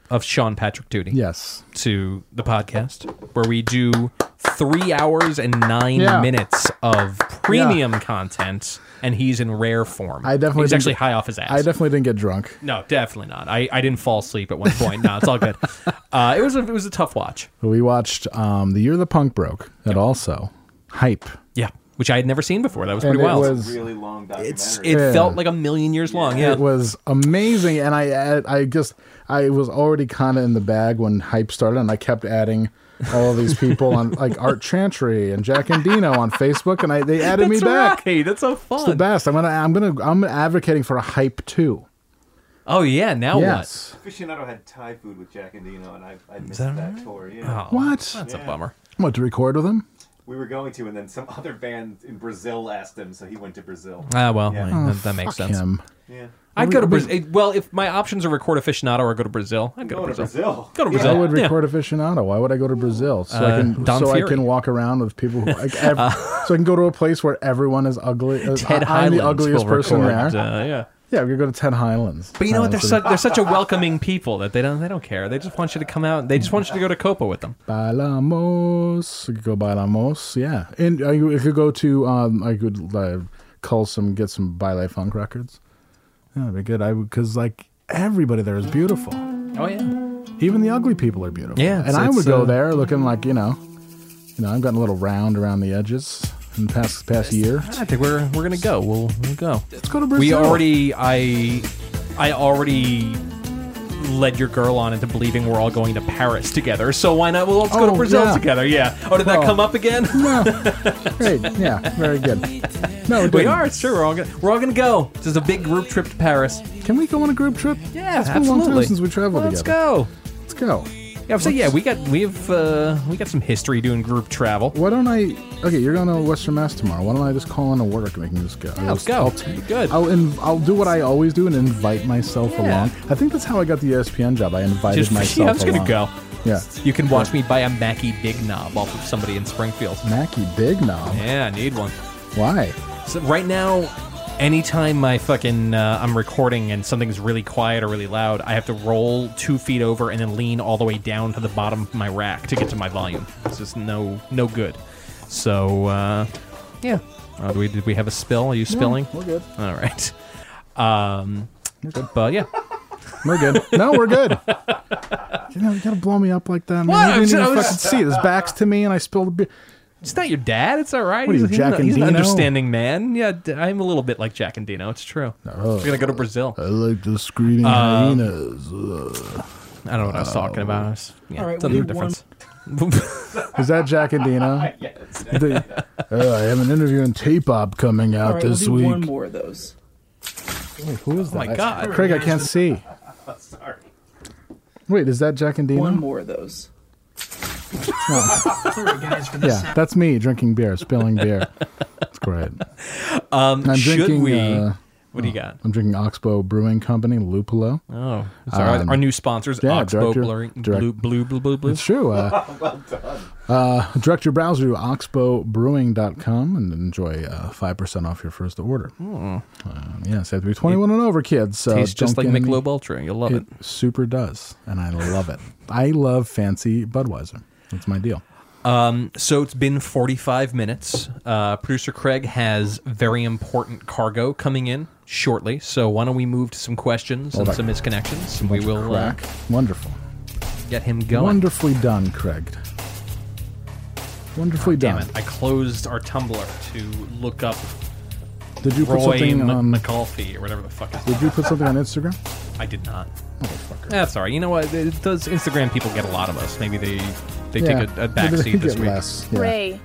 Speaker 2: of Sean Patrick Duty
Speaker 3: Yes.
Speaker 2: to the podcast, where we do three hours and nine
Speaker 3: Yeah.
Speaker 2: minutes of premium content, and he's in rare form.
Speaker 3: I definitely
Speaker 2: he's
Speaker 3: think-
Speaker 2: actually high off his ass.
Speaker 3: I definitely didn't get drunk.
Speaker 2: No, definitely not. I, I didn't fall asleep at one point. No, it's all good. Uh, it was a, it was a tough watch.
Speaker 3: We watched um, The Year the Punk Broke and also Hype.
Speaker 2: Yeah, which I had never seen before. That was
Speaker 3: And
Speaker 2: pretty
Speaker 3: it
Speaker 2: wild.
Speaker 3: was
Speaker 8: Really long documentary.
Speaker 2: it's it
Speaker 3: Yeah.
Speaker 2: felt like a million years long. Yeah,
Speaker 3: it was amazing and I add, I just I was already kind of in the bag when Hype started and I kept adding all of these people on like Art Chantry and Jack and Dino on Facebook and I they added me back.
Speaker 2: Right. That's so fun.
Speaker 3: It's the best. I'm going to I'm going to I'm advocating for a Hype too.
Speaker 2: Oh yeah. Now
Speaker 3: yes.
Speaker 8: Aficionado had Thai food with Jack and Dino, and I, I missed
Speaker 2: that
Speaker 8: that,
Speaker 2: right?
Speaker 8: tour.
Speaker 2: what?
Speaker 8: Yeah,
Speaker 2: Oh,
Speaker 3: What?
Speaker 2: That's a
Speaker 8: Yeah.
Speaker 2: bummer.
Speaker 3: What to record with him?
Speaker 8: we were going to, and then some other band in Brazil asked him, so he went to Brazil.
Speaker 2: Ah well,
Speaker 8: Yeah.
Speaker 2: like, that, that makes
Speaker 3: Oh, Fuck
Speaker 2: sense.
Speaker 3: him.
Speaker 8: yeah,
Speaker 2: I'd go to Brazil. Well, if my options are record aficionado or go to Brazil, I'd go
Speaker 8: going
Speaker 2: to
Speaker 8: to
Speaker 2: Brazil.
Speaker 8: Brazil.
Speaker 2: Go to
Speaker 8: Yeah.
Speaker 2: Brazil.
Speaker 3: I would
Speaker 2: Yeah.
Speaker 3: record aficionado. Why would I go to Brazil so
Speaker 2: Uh,
Speaker 3: I can
Speaker 2: Don
Speaker 3: so
Speaker 2: Fury. Uh,
Speaker 3: I can walk around with people who like, ev- so I can go to a place where everyone is ugly. Uh,
Speaker 2: Ted
Speaker 3: I, am
Speaker 2: Highlands
Speaker 3: the ugliest
Speaker 2: will
Speaker 3: person
Speaker 2: record,
Speaker 3: there.
Speaker 2: uh, yeah.
Speaker 3: yeah, we could go to Ted Highlands.
Speaker 2: But you know what? They're
Speaker 3: Highlands
Speaker 2: such, they're such a welcoming people that they don't they don't care. They just want you to come out. They just want you to go to Copa with them.
Speaker 3: Bailamos. We could go bailamos. Yeah, and uh, I, I could go to. Um, I could uh, call some, get some baile funk records. Yeah, that'd be good. I would because like everybody there is beautiful.
Speaker 2: Oh yeah.
Speaker 3: Even the ugly people are beautiful.
Speaker 2: Yeah, it's-
Speaker 3: and I
Speaker 2: it's,
Speaker 3: would go
Speaker 2: uh,
Speaker 3: there looking like you know, you know, I've gotten a little round around the edges in the past past year.
Speaker 2: I think we're we're gonna go. We'll we'll go.
Speaker 3: Let's go to Brazil.
Speaker 2: We already I I already led your girl on into believing we're all going to Paris together. So why not? Well, let's go to
Speaker 3: Oh,
Speaker 2: Brazil
Speaker 3: yeah.
Speaker 2: together. Yeah. Oh, did that
Speaker 3: Well.
Speaker 2: come up again?
Speaker 3: No. Great. Yeah. Very good. No, it
Speaker 2: we
Speaker 3: didn't.
Speaker 2: are. It's true. We're all gonna we're all gonna go. This is a big group trip to Paris.
Speaker 3: Can we go on a group trip?
Speaker 2: Yeah,
Speaker 3: It's been a long
Speaker 2: absolutely.
Speaker 3: time since we traveled
Speaker 2: Let's
Speaker 3: together.
Speaker 2: go.
Speaker 3: Let's go.
Speaker 2: Yeah. So yeah, we got we've uh, we got some history doing group travel.
Speaker 3: Why don't I? Okay, you're going to Western Mass tomorrow. Why don't I just call in a work and we can just go?
Speaker 2: Yeah, let's go. Good.
Speaker 3: I'll in, I'll do what I always do and invite myself
Speaker 2: Yeah.
Speaker 3: along. I think that's how I got the E ESPN job. I invited
Speaker 2: Just
Speaker 3: myself.
Speaker 2: yeah, I'm just gonna
Speaker 3: along.
Speaker 2: go.
Speaker 3: Yeah.
Speaker 2: You can watch me buy a Mackie Big Knob off of somebody in Springfield.
Speaker 3: Mackie Big now.
Speaker 2: Yeah, I need one.
Speaker 3: Why?
Speaker 2: So right now, anytime my fucking uh, I'm recording and something's really quiet or really loud, I have to roll two feet over and then lean all the way down to the bottom of my rack to get to my volume. It's just no no good. So uh, yeah, uh, do we did we have a spill? Are you spilling?
Speaker 3: We're good.
Speaker 2: All right. Um, but yeah.
Speaker 3: We're good. No, we're good. you know, you gotta blow me up like that. Man.
Speaker 2: What? I
Speaker 3: You
Speaker 2: was-
Speaker 3: didn't
Speaker 2: I
Speaker 3: even
Speaker 2: was-
Speaker 3: fucking see it. His back's to me, and I spilled a beer.
Speaker 2: It's not your dad. It's all right.
Speaker 3: What are you,
Speaker 2: he's he's
Speaker 3: Jack
Speaker 2: an-
Speaker 3: and
Speaker 2: he's an
Speaker 3: Dino?
Speaker 2: understanding man. Yeah, d- I'm a little bit like Jack and Dino. It's true.
Speaker 3: Oh.
Speaker 2: We're gonna go to Brazil.
Speaker 3: I like the screaming hyenas.
Speaker 2: I don't know what I was talking about.
Speaker 3: oh.
Speaker 2: I was- yeah,
Speaker 9: All right,
Speaker 2: doesn't
Speaker 9: we
Speaker 2: make a
Speaker 9: have one-
Speaker 2: difference.
Speaker 3: Is that Jack and Dino? The- oh, I have an interview in T-Pop coming out
Speaker 9: All right,
Speaker 3: this
Speaker 9: we'll do
Speaker 3: week.
Speaker 9: one more of those.
Speaker 3: Who is that?
Speaker 2: Oh my
Speaker 3: I-
Speaker 2: God.
Speaker 3: Craig, I can't see.
Speaker 8: Sorry.
Speaker 3: Wait, is that Jack and Dino?
Speaker 9: One more of those.
Speaker 5: Sorry, guys, for this
Speaker 3: Yeah, that's me drinking beer, spilling beer. That's great. Um, I'm
Speaker 2: should
Speaker 3: drinking.
Speaker 2: we-
Speaker 3: Uh,
Speaker 2: What do you got?
Speaker 3: I'm drinking Oxbow Brewing Company Lupulo.
Speaker 2: Oh, it's our,
Speaker 3: Um,
Speaker 2: our new sponsors,
Speaker 3: yeah,
Speaker 2: Oxbow
Speaker 3: direct your-
Speaker 2: Blurring,
Speaker 3: direct-
Speaker 2: Blue, Blue, Blue, Blue, Blue.
Speaker 3: It's true. Uh, well done. Uh, direct your browser to oxbowbrewing.com and enjoy uh, 5% off your first order. Um, yes, have to be 21 and over, kids. So
Speaker 2: Hmm. Tastes just
Speaker 3: don't
Speaker 2: like
Speaker 3: get any-
Speaker 2: Michelob Ultra. You'll love it.
Speaker 3: uh, It super does, and I love it. I love fancy Budweiser. That's my deal.
Speaker 2: So it's been 45 minutes. Uh, Producer Craig has very important cargo coming in shortly. So why don't we move to some questions
Speaker 3: Hold
Speaker 2: and
Speaker 3: on.
Speaker 2: some misconnections, and we will uh,
Speaker 3: Crack. Wonderful.
Speaker 2: get him going.
Speaker 3: Wonderfully done, Craig. Wonderfully
Speaker 2: Damn
Speaker 3: done.
Speaker 2: it! I closed our Tumblr to look up
Speaker 3: Did you put
Speaker 2: Roy
Speaker 3: something on?
Speaker 2: M- McAuliffe or whatever the fuck. His
Speaker 3: Did you put something on Instagram?
Speaker 2: I did not.
Speaker 3: Motherfucker.
Speaker 2: That's all right. You know what? It does Instagram people get a lot of us? Maybe they they take a,
Speaker 3: Maybe
Speaker 2: a
Speaker 3: they
Speaker 2: backseat this
Speaker 3: get
Speaker 2: week.
Speaker 3: less. Yeah.
Speaker 6: Ray,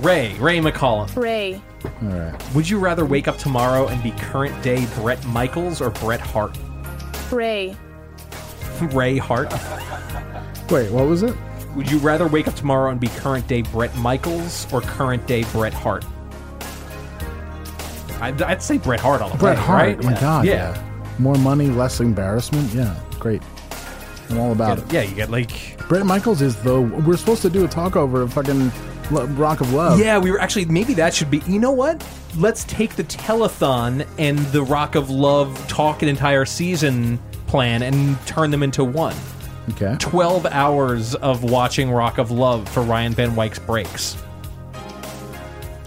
Speaker 2: Ray Ray McCollum.
Speaker 6: Ray,
Speaker 3: All right.
Speaker 2: Would you rather wake up tomorrow and be current day Brett Michaels or Bret Hart?
Speaker 6: Ray,
Speaker 2: Ray Hart.
Speaker 3: Wait, what was it?
Speaker 2: Would you rather wake up tomorrow and be current day Bret Michaels or current day Bret Hart? I'd, I'd say Bret Hart all the
Speaker 3: Bret
Speaker 2: way,
Speaker 3: Hart. Oh
Speaker 2: right?
Speaker 3: My God. Yeah.
Speaker 2: yeah,
Speaker 3: More money, less embarrassment. Yeah. Great. I'm all about
Speaker 2: yeah. You get like,
Speaker 3: it. Brett Michaels is the. We're supposed to do a talk over of fucking Lo- Rock of Love.
Speaker 2: yeah. We were actually maybe that should be. You know what? Let's take the telethon and the Rock of Love talk an entire season plan and turn them into one.
Speaker 3: Okay.
Speaker 2: 12 hours of watching Rock of Love for Ryan Van Wyck's breaks.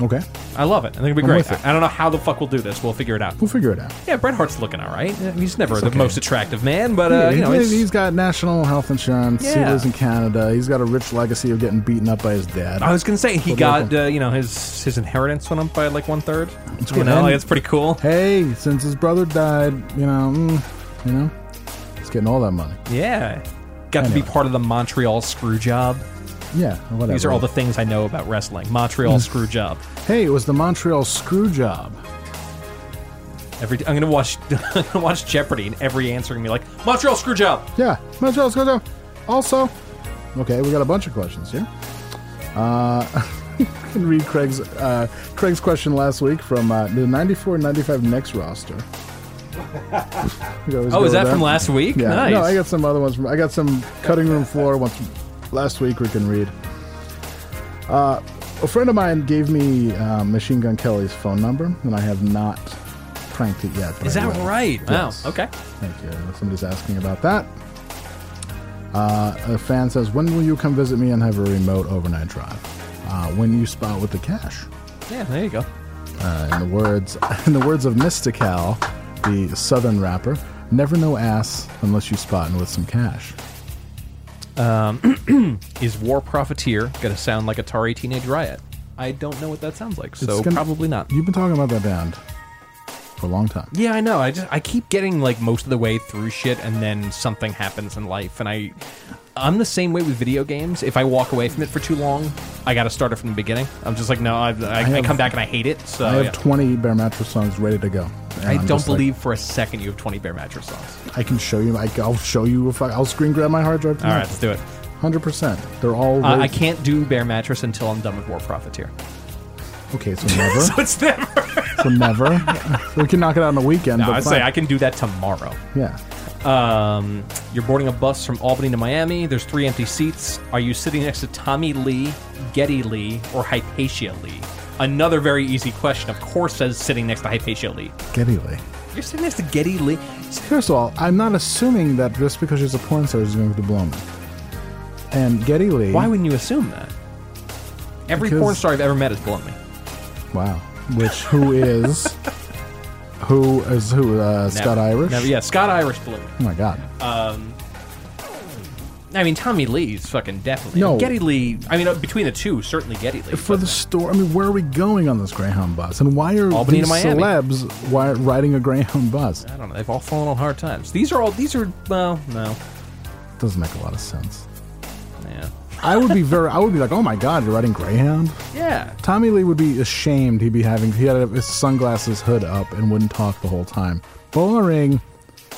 Speaker 3: Okay.
Speaker 2: I love it. I think it'd be
Speaker 3: I'm
Speaker 2: great.
Speaker 3: with it.
Speaker 2: I don't know how the fuck we'll do this. We'll figure it out.
Speaker 3: We'll figure it out.
Speaker 2: Yeah, Bret Hart's looking all right. Uh, He's never the most attractive man, but uh,
Speaker 3: Yeah,
Speaker 2: you know,
Speaker 3: he's-
Speaker 2: it's,
Speaker 3: he's got national health insurance. He
Speaker 2: Yeah.
Speaker 3: lives in Canada. He's got a rich legacy of getting beaten up by his dad.
Speaker 2: I was gonna say he
Speaker 3: Good
Speaker 2: got
Speaker 3: looking.
Speaker 2: uh, you know his his inheritance went up by like one third. You
Speaker 3: good.
Speaker 2: know, like,
Speaker 3: And-
Speaker 2: it's pretty cool.
Speaker 3: hey, since his brother died, you know, mm, you know, he's getting all that money.
Speaker 2: Yeah, got to be
Speaker 3: Anyway.
Speaker 2: part of the Montreal screw job.
Speaker 3: Yeah, whatever.
Speaker 2: These are all the things I know about wrestling. Montreal
Speaker 3: Hmm.
Speaker 2: screw job.
Speaker 3: Hey, it was the Montreal screw job.
Speaker 2: Every I'm gonna watch I'm gonna watch Jeopardy, and every answer gonna be like Montreal screw job.
Speaker 3: Yeah, Montreal screw job. Also, okay, we got a bunch of questions here. Uh, can read Craig's uh, Craig's question last week from uh, the 94-95 next roster. We always
Speaker 2: Oh,
Speaker 3: go
Speaker 2: is that
Speaker 3: there.
Speaker 2: from last week?
Speaker 3: Yeah.
Speaker 2: Nice.
Speaker 3: No, I got some other ones from. I got some cutting room floor ones from last week. We can read. Uh, a friend of mine gave me uh, Machine Gun Kelly's phone number, and I have not pranked it yet. but
Speaker 2: is
Speaker 3: I
Speaker 2: that
Speaker 3: will.
Speaker 2: right? Wow.
Speaker 3: Yes.
Speaker 2: Okay.
Speaker 3: Thank you. Somebody's asking about that. Uh, a fan says, "When will you come visit me and have a remote overnight drive? Uh, when you spot with the cash."
Speaker 2: Yeah. There you go.
Speaker 3: Uh, in the words, in the words of Mystical, the Southern rapper, "Never know ass unless you spotting with some cash."
Speaker 2: Is War Profiteer gonna sound like Atari Teenage Riot? I don't know what that sounds like, so
Speaker 3: It's gonna-
Speaker 2: probably not.
Speaker 3: You've been talking about that band for a long time.
Speaker 2: Yeah, I know. I just I keep getting like most of the way through shit, and then something happens in life, and I I'm the same way with video games. If I walk away from it for too long, I got to start it from the beginning. I'm just like, no, I, I, I,
Speaker 3: have-
Speaker 2: come back and I hate it. So
Speaker 3: I have
Speaker 2: Oh, yeah.
Speaker 3: 20 Bare Mattress songs ready to go. And
Speaker 2: I
Speaker 3: I'm
Speaker 2: don't
Speaker 3: just like,
Speaker 2: believe for a second you have 20 Bear Mattress songs.
Speaker 3: I can show you. I, will show you if I, I'll screen grab my hard drive.
Speaker 2: All right, let's do it.
Speaker 3: Hundred percent. They're all.
Speaker 2: Uh,
Speaker 3: ready-
Speaker 2: I can't do Bear Mattress until I'm done with War Profiteer.
Speaker 3: Okay, so never.
Speaker 2: So it's never.
Speaker 3: so never. we can knock it out on the weekend.
Speaker 2: No,
Speaker 3: but
Speaker 2: I say
Speaker 3: fine.
Speaker 2: I can do that tomorrow.
Speaker 3: Yeah.
Speaker 2: Um, you're boarding a bus from Albany to Miami. There's three empty seats. Are you sitting next to Tommy Lee, Getty Lee, or Hypatia Lee? Another very easy question, of course, says sitting next to Hypatia Lee.
Speaker 3: Getty Lee.
Speaker 2: You're sitting next to Getty Lee.
Speaker 3: First of all, I'm not assuming that just because she's a porn star, she's going to blow me. And Getty Lee.
Speaker 2: Why wouldn't you assume that? Every
Speaker 3: Because-
Speaker 2: porn star I've ever met is blown me.
Speaker 3: Wow. Which who is? who is who? Uh, Scott
Speaker 2: Never.
Speaker 3: Irish.
Speaker 2: Never, yeah, Uh, Scott Irish blew me.
Speaker 3: Oh my God.
Speaker 2: I mean, Tommy Lee's fucking definitely.
Speaker 3: No.
Speaker 2: Getty Lee. I mean, uh, between the two, certainly Getty Lee.
Speaker 3: For
Speaker 2: but
Speaker 3: the store, I mean, where are we going on this Greyhound bus? And why are
Speaker 2: Albany to
Speaker 3: these
Speaker 2: Miami.
Speaker 3: celebs why, riding a Greyhound bus?
Speaker 2: I don't know. They've all fallen on hard times. These are all. These are. Well, no.
Speaker 3: Doesn't make a lot of sense.
Speaker 2: Yeah.
Speaker 3: I would be very. I would be like, oh my God, you're riding Greyhound.
Speaker 2: Yeah.
Speaker 3: Tommy Lee would be ashamed. He'd be having he had his sunglasses hood up and wouldn't talk the whole time. Boring.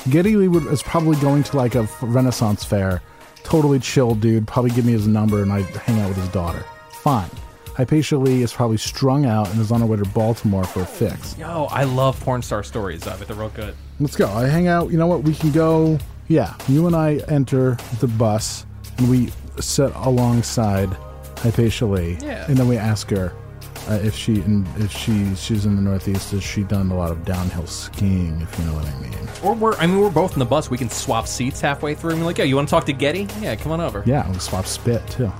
Speaker 3: Getty Lee would, is probably going to like a Renaissance fair. Totally chill dude. Probably give me his number and I would hang out with his daughter. Fine. Hypatia Lee is probably strung out and is on her way to Baltimore for a fix.
Speaker 2: Yo, I love porn star stories of it. They're real good.
Speaker 3: Let's go. I hang out. You know what? We can go. Yeah, you and I enter the bus and we sit alongside Hypatia Lee.
Speaker 2: Yeah.
Speaker 3: And then we ask her uh, if she and if she she's in the Northeast. Has she done a lot of downhill skiing? If you know what I mean.
Speaker 2: Or we're. I mean, we're both in the bus. We can swap seats halfway through. and be like, yo, you want to talk to Getty? Yeah, come on over.
Speaker 3: Yeah, we swap spit too.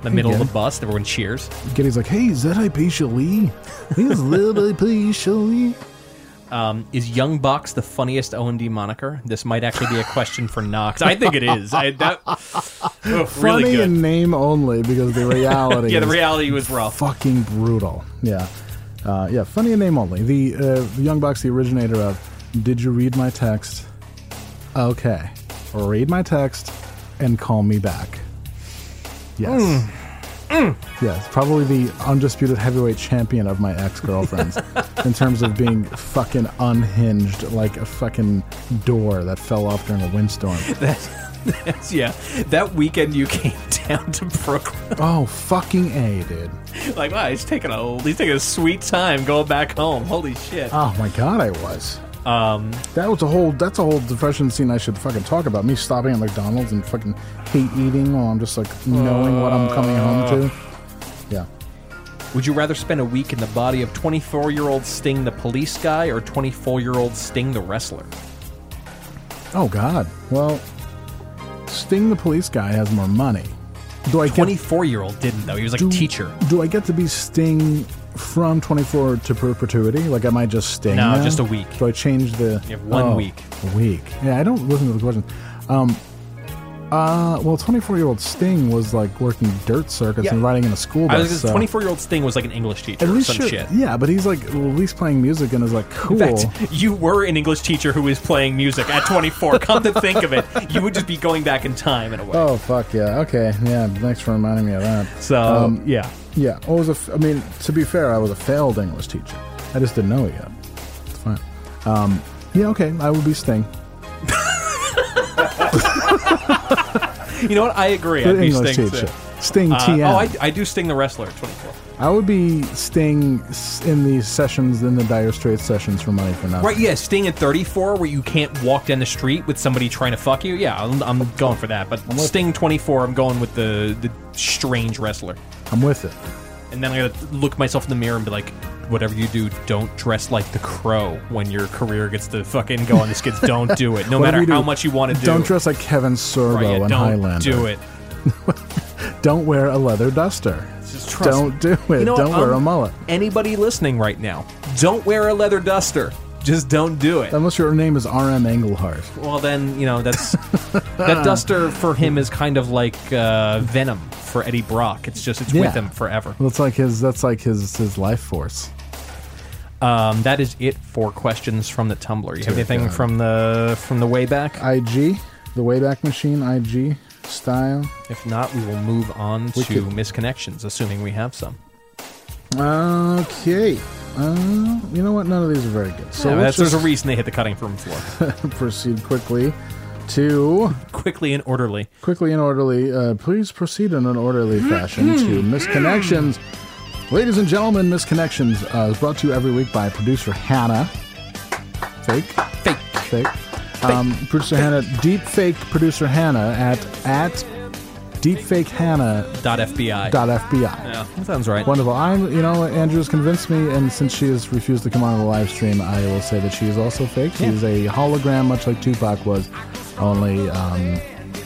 Speaker 2: The middle of
Speaker 3: Getty.
Speaker 2: the bus. Everyone cheers.
Speaker 3: Getty's like, "Hey, is that Hypatia Lee? Is little Hypatia Lee?"
Speaker 2: Is Young Bucks the funniest O and D moniker? This might actually be a question for Knox. I think it is. I that. Oof, really
Speaker 3: Funny
Speaker 2: good.
Speaker 3: in name only because the reality.
Speaker 2: yeah, the
Speaker 3: is
Speaker 2: reality was rough.
Speaker 3: fucking brutal. Yeah, uh, yeah. Funny name only. The uh, Young Bucks, the originator of "Did you read my text?" Okay, read my text and call me back. Yes. Yes, probably the undisputed heavyweight champion of my ex girlfriends in terms of being fucking unhinged like a fucking door that fell off during a windstorm.
Speaker 2: yeah, that weekend you came down to Brooklyn.
Speaker 3: oh, fucking A, dude.
Speaker 2: Like, wow, he's taking a he's taking a sweet time going back home. Holy shit!
Speaker 3: Oh my god, I was. Um, that was a whole. That's a whole depression scene. I should fucking talk about me stopping at McDonald's and fucking hate eating while I'm just like knowing what I'm coming home to. Yeah,
Speaker 2: Would you rather spend a week in the body of 24 year old Sting the police guy or 24 year old Sting the wrestler?
Speaker 3: Oh God. Well, Sting the police guy has more money. Do I get
Speaker 2: 24 year old didn't though. He was like
Speaker 3: do,
Speaker 2: a teacher.
Speaker 3: Do I get to be Sting from 24 to perpetuity? Like, am I just Sting?
Speaker 2: No,
Speaker 3: now?
Speaker 2: just a week.
Speaker 3: Do I change the?
Speaker 2: You have one
Speaker 3: Oh,
Speaker 2: week.
Speaker 3: A week. Yeah, I don't listen to the question. Um. Uh, well, 24 year old Sting was like working dirt circuits
Speaker 2: Yeah.
Speaker 3: and riding in a school bus.
Speaker 2: I was
Speaker 3: so-
Speaker 2: 24 year old Sting was like an English teacher
Speaker 3: uh, At
Speaker 2: or
Speaker 3: least
Speaker 2: some
Speaker 3: you're-
Speaker 2: shit.
Speaker 3: Yeah, but he's like at least playing music and is like cool.
Speaker 2: In fact, you were an English teacher who was playing music at 24. Come to think of it, you would just be going back in time in a way.
Speaker 3: oh fuck yeah. Okay. Yeah. Thanks for reminding me of that.
Speaker 2: so yeah,
Speaker 3: Yeah, I was a. F- I mean, to be fair, I was a failed English teacher. I just didn't know it yet. It's fine. Um, yeah, okay, I would be Sting.
Speaker 2: you know what? I agree.
Speaker 3: Good
Speaker 2: I'd be
Speaker 3: English
Speaker 2: Sting.
Speaker 3: teacher.
Speaker 2: too.
Speaker 3: Sting
Speaker 2: Uh,
Speaker 3: TM.
Speaker 2: oh, I, I do Sting the wrestler at 24.
Speaker 3: I would be Sting s- in the sessions, in the Dire Straits sessions for Money for Nothing.
Speaker 2: Right, yeah, Sting at 34, where you can't walk down the street with somebody trying to fuck you. Yeah, I'm, I'm going for that. But
Speaker 3: with
Speaker 2: Sting 24, I'm going with the, the strange wrestler.
Speaker 3: I'm with it.
Speaker 2: And then I gotta look myself in the mirror and be like, whatever you do, don't dress like the crow when your career gets to fucking go on the skids. Don't do it. No
Speaker 3: Whatever
Speaker 2: matter
Speaker 3: you do,
Speaker 2: how much you want to do.
Speaker 3: Don't dress like Kevin Sorbo
Speaker 2: Right, yeah,
Speaker 3: in
Speaker 2: don't
Speaker 3: Highlander.
Speaker 2: do it.
Speaker 3: Don't wear a leather duster.
Speaker 2: Just trust
Speaker 3: don't
Speaker 2: me.
Speaker 3: do it.
Speaker 2: You know what? um
Speaker 3: don't wear
Speaker 2: I'm-
Speaker 3: a mullet.
Speaker 2: Anybody listening right now, don't wear a leather duster. Just don't do it.
Speaker 3: Unless your name is R.M. Englehart.
Speaker 2: Well, then you know that's that duster for him is kind of like uh, Venom for Eddie Brock. It's just it's
Speaker 3: Yeah.
Speaker 2: with him forever.
Speaker 3: That's like his. That's like his. His life force.
Speaker 2: Um, that is it for questions from the Tumblr. You have anything
Speaker 3: God.
Speaker 2: from the from the way back?
Speaker 3: IG, the Wayback Machine. IG style.
Speaker 2: if not, we will move on
Speaker 3: We
Speaker 2: to
Speaker 3: could-
Speaker 2: misconnections, assuming we have some.
Speaker 3: Okay. Uh, you know what? None of these are very good. So
Speaker 2: Yeah,
Speaker 3: let's
Speaker 2: that's, there's a
Speaker 3: just
Speaker 2: reason they hit the cutting room floor
Speaker 3: proceed quickly to
Speaker 2: quickly and orderly.
Speaker 3: quickly and orderly. Uh, please proceed in an orderly
Speaker 2: Mm-hmm.
Speaker 3: fashion to misconnections. Ladies and gentlemen, misconnections uh, is brought to you every week by producer Hannah. Fake,
Speaker 2: Fake.
Speaker 3: fake. Um, producer Hannah, deep fake producer Hannah at at deepfakehannah.fbi.
Speaker 2: Dot FBI. Yeah, that sounds right.
Speaker 3: Wonderful. I'm, you know, Andrew's convinced me, and since she has refused to come on the live stream, I will say that she is also fake. She
Speaker 2: Yeah.
Speaker 3: is a hologram, much like Tupac was, only um,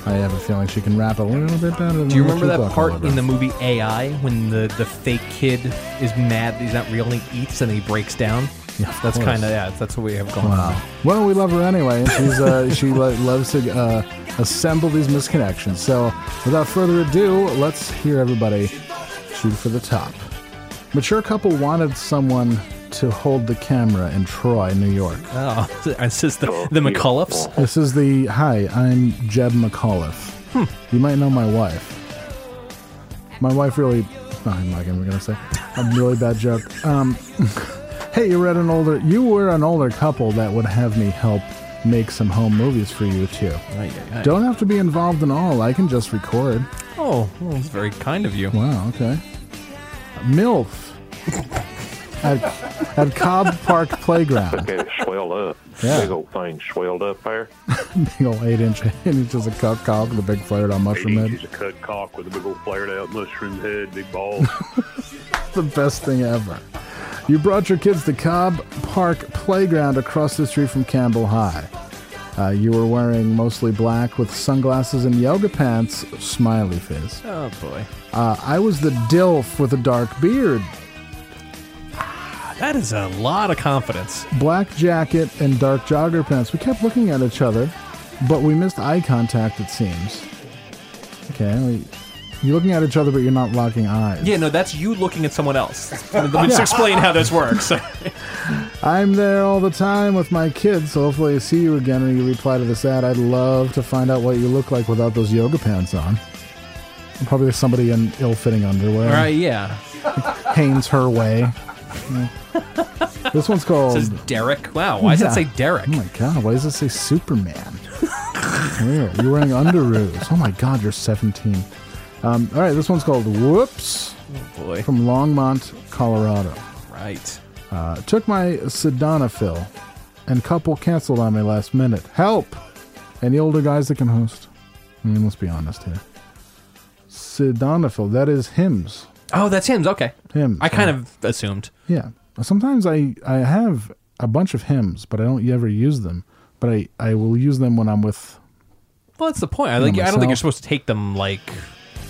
Speaker 3: I have a feeling she can rap a little bit better than
Speaker 2: Do you
Speaker 3: the
Speaker 2: remember that
Speaker 3: Tupac
Speaker 2: part
Speaker 3: hologram.
Speaker 2: in the movie AI when the, the fake kid is mad that he's not real and he eats and he breaks down?
Speaker 3: Yeah, of
Speaker 2: that's
Speaker 3: course.
Speaker 2: kind of yeah. That's what we have going. on.
Speaker 3: Wow. Well, we love her anyway. She's uh, she lo- loves to uh, assemble these misconnections. So, without further ado, let's hear everybody shoot for the top. Mature couple wanted someone to hold the camera in Troy, New York.
Speaker 2: Oh, it's just the, the McCulloughs.
Speaker 3: This is the hi. I'm Jeb McAuliffe.
Speaker 9: Hmm.
Speaker 3: You might know my wife. My wife really. oh, I'm not even gonna say. I'm really bad joke. Um, hey, you were at an older. You were an older couple that would have me help make some home movies for you too. Don't have to be involved in all. I can just record.
Speaker 2: Oh, well, that's very kind of you.
Speaker 3: Wow. Okay. Milf. at, at Cobb Park Playground.
Speaker 9: Get it swelled up.
Speaker 3: Yeah.
Speaker 9: Big old thing swelled up there.
Speaker 3: Big old eight inch, eight inches of cock cock with a big flared on
Speaker 9: Eight
Speaker 3: mushroom head.
Speaker 9: inches of cut cock with a big old flared out mushroom head, big balls.
Speaker 3: the best thing ever. You brought your kids to Cobb Park Playground across the street from Campbell High. Uh, you were wearing mostly black with sunglasses and yoga pants, smiley face.
Speaker 2: Oh boy,
Speaker 3: Uh, I was the DILF with a dark beard,
Speaker 2: that is a lot of confidence.
Speaker 3: black jacket, and dark jogger pants. We kept looking at each other, but we missed eye contact, it seems. Okay, we, you're looking at each other, but you're not locking eyes.
Speaker 2: Yeah, no, that's you looking at someone else. Let's explain how this works.
Speaker 3: I'm there all the time with my kids, so hopefully I see you again and you reply to this ad. I'd love to find out what you look like without those yoga pants on. And Probably somebody in ill fitting underwear.
Speaker 2: All right, yeah.
Speaker 3: Haynes her way. this one's called.
Speaker 2: Says Derek. Wow, why does it say
Speaker 3: Yeah.
Speaker 2: Derek?
Speaker 3: Oh my god, why does it say Superman? Weird. You're wearing underoos. Oh my god, you're 17. Um, all right, this one's called Whoops
Speaker 2: Boy,
Speaker 3: from Longmont, Colorado.
Speaker 2: right.
Speaker 3: Uh, took my Sildenafil, and couple canceled on me last minute. Help! Any older guys that can host? I mean, let's be honest here. Sildenafil, that is hymns.
Speaker 2: Oh, that's him. Okay,
Speaker 3: Hymns.
Speaker 2: I kind of assumed.
Speaker 3: yeah. Sometimes I I have a bunch of hymns, but I don't ever use them. But I I will use them when I'm with.
Speaker 2: Well, that's the point. I like. I don't
Speaker 3: myself.
Speaker 2: think you're supposed to take them like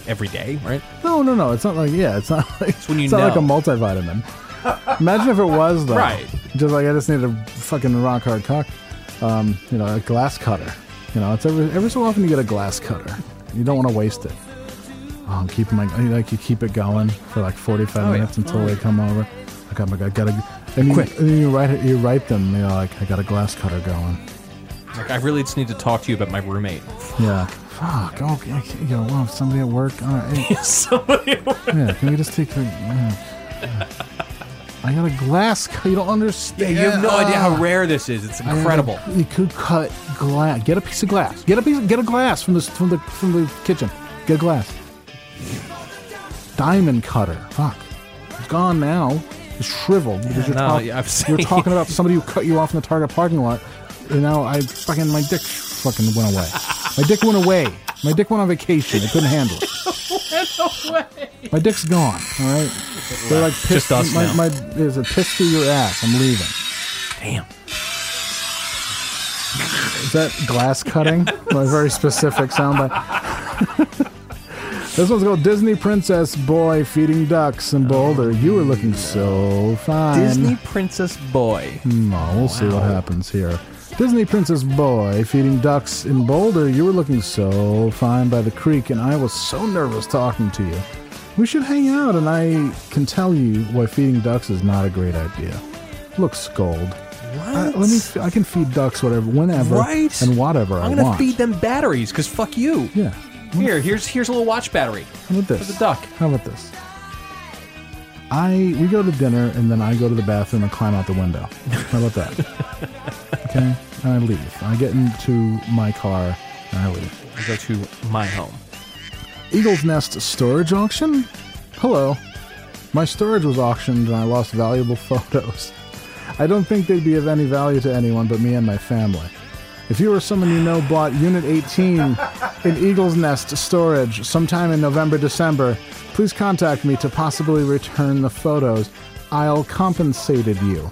Speaker 2: every day, right?
Speaker 3: No, no, no. It's not like yeah. It's not like it's,
Speaker 2: when you
Speaker 3: not like a
Speaker 2: know.
Speaker 3: multivitamin. Imagine if it was though.
Speaker 2: Right.
Speaker 3: Just like I just need a fucking rock hard cock. Um, you know, a glass cutter. You know, it's every every so often you get a glass cutter. You don't want to waste it. Oh, I'm keeping my you know, like you keep it going for like 45
Speaker 2: Oh, yeah.
Speaker 3: minutes until they come over. Like I'm like I gotta. And Quick. You, and you write it. You write them. You're like I got a glass cutter going.
Speaker 2: Like, I really just need to talk to you about my roommate.
Speaker 3: Yeah. Fuck. Oh, I can't- you know, wow, somebody at work. All right.
Speaker 2: Somebody.
Speaker 3: Yeah, can we just take the. yeah. I got a glass. cu- You don't
Speaker 2: Yeah,
Speaker 3: understand.
Speaker 2: you have no idea how rare this is. It's incredible.
Speaker 3: You could cut glass. Get a piece of glass. Get a piece. Get a glass from this from the from the kitchen. Get a glass. Diamond cutter. Fuck. It's gone now. It's shriveled because you're,
Speaker 2: no,
Speaker 3: talk-
Speaker 2: yeah, I've
Speaker 3: you're
Speaker 2: seen-
Speaker 3: talking about somebody who cut you off in the Target parking lot, and now I fucking my dick fucking went away. My dick went away. My dick went on vacation. I couldn't handle it. My dick's gone. All right. They're like pissed.
Speaker 2: just us
Speaker 3: my,
Speaker 2: now.
Speaker 3: my there's a piss through your ass. I'm leaving.
Speaker 2: Damn.
Speaker 3: Is that glass cutting? my very specific soundbite. this one's called Disney Princess Boy Feeding Ducks in Boulder. you were looking so fine.
Speaker 2: Disney Princess Boy.
Speaker 3: No, we'll see what happens here. Disney Princess Boy feeding ducks in Boulder. You were looking so fine by the creek, and I was so nervous talking to you. We should hang out, and I can tell you why feeding ducks is not a great idea. Look, scold. I, uh, let me. I can feed ducks whatever, whenever,
Speaker 2: Right?
Speaker 3: and whatever I
Speaker 2: I'm gonna
Speaker 3: want.
Speaker 2: feed them batteries, cause fuck you.
Speaker 3: Yeah.
Speaker 2: Here, here's here's a little watch battery.
Speaker 3: How about this?
Speaker 2: For the duck.
Speaker 3: How about this? I we go to dinner and then I go to the bathroom and climb out the window. How about that? okay, and I leave. I get into my car and I leave.
Speaker 2: I go to my home.
Speaker 3: Eagle's Nest storage auction. Hello, my storage was auctioned and I lost valuable photos. I don't think they'd be of any value to anyone but me and my family. If you or someone you know bought Unit 18 in Eagle's Nest storage sometime in November, December. Please contact me to possibly return the photos. I'll compensated you.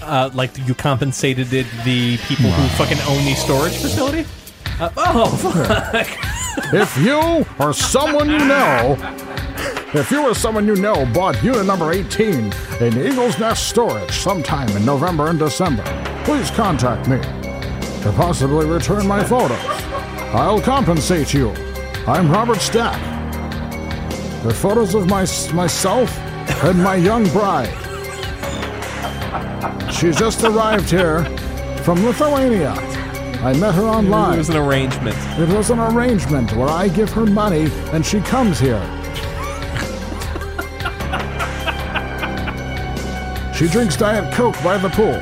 Speaker 2: Uh, like you compensated it- the people who fucking own the storage facility? Uh, oh,
Speaker 3: If you or someone you know, if you or someone you know bought unit number 18 in Eagle's Nest storage sometime in November and December, please contact me to possibly return my photos. I'll compensate you. I'm Robert Stack. They're photos of my, myself and my young bride. She just arrived here from Lithuania. I met her online.
Speaker 2: it was an arrangement.
Speaker 3: It was an arrangement where I give her money and she comes here. she drinks Diet Coke by the pool.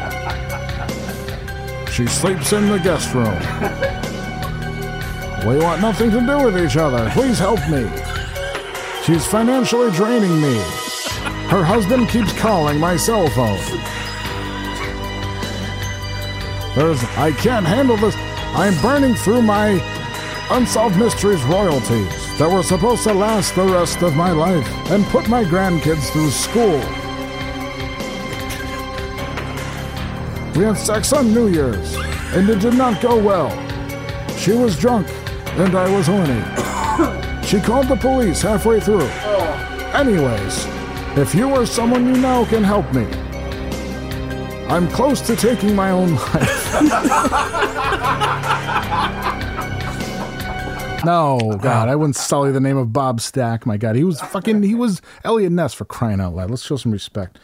Speaker 3: She sleeps in the guest room. We want nothing to do with each other. Please help me. She's financially draining me. Her husband keeps calling my cell phone. There's, I can't handle this. I'm burning through my Unsolved Mysteries royalties that were supposed to last the rest of my life and put my grandkids through school. We had sex on New Year's, and it did not go well. She was drunk, and I was horny. She called the police halfway through. Anyways, if you or someone you know can help me, I'm close to taking my own life. no, God, I wouldn't sully the name of Bob Stack. My God, he was fucking, he was Elliot Ness for crying out loud. Let's show some respect.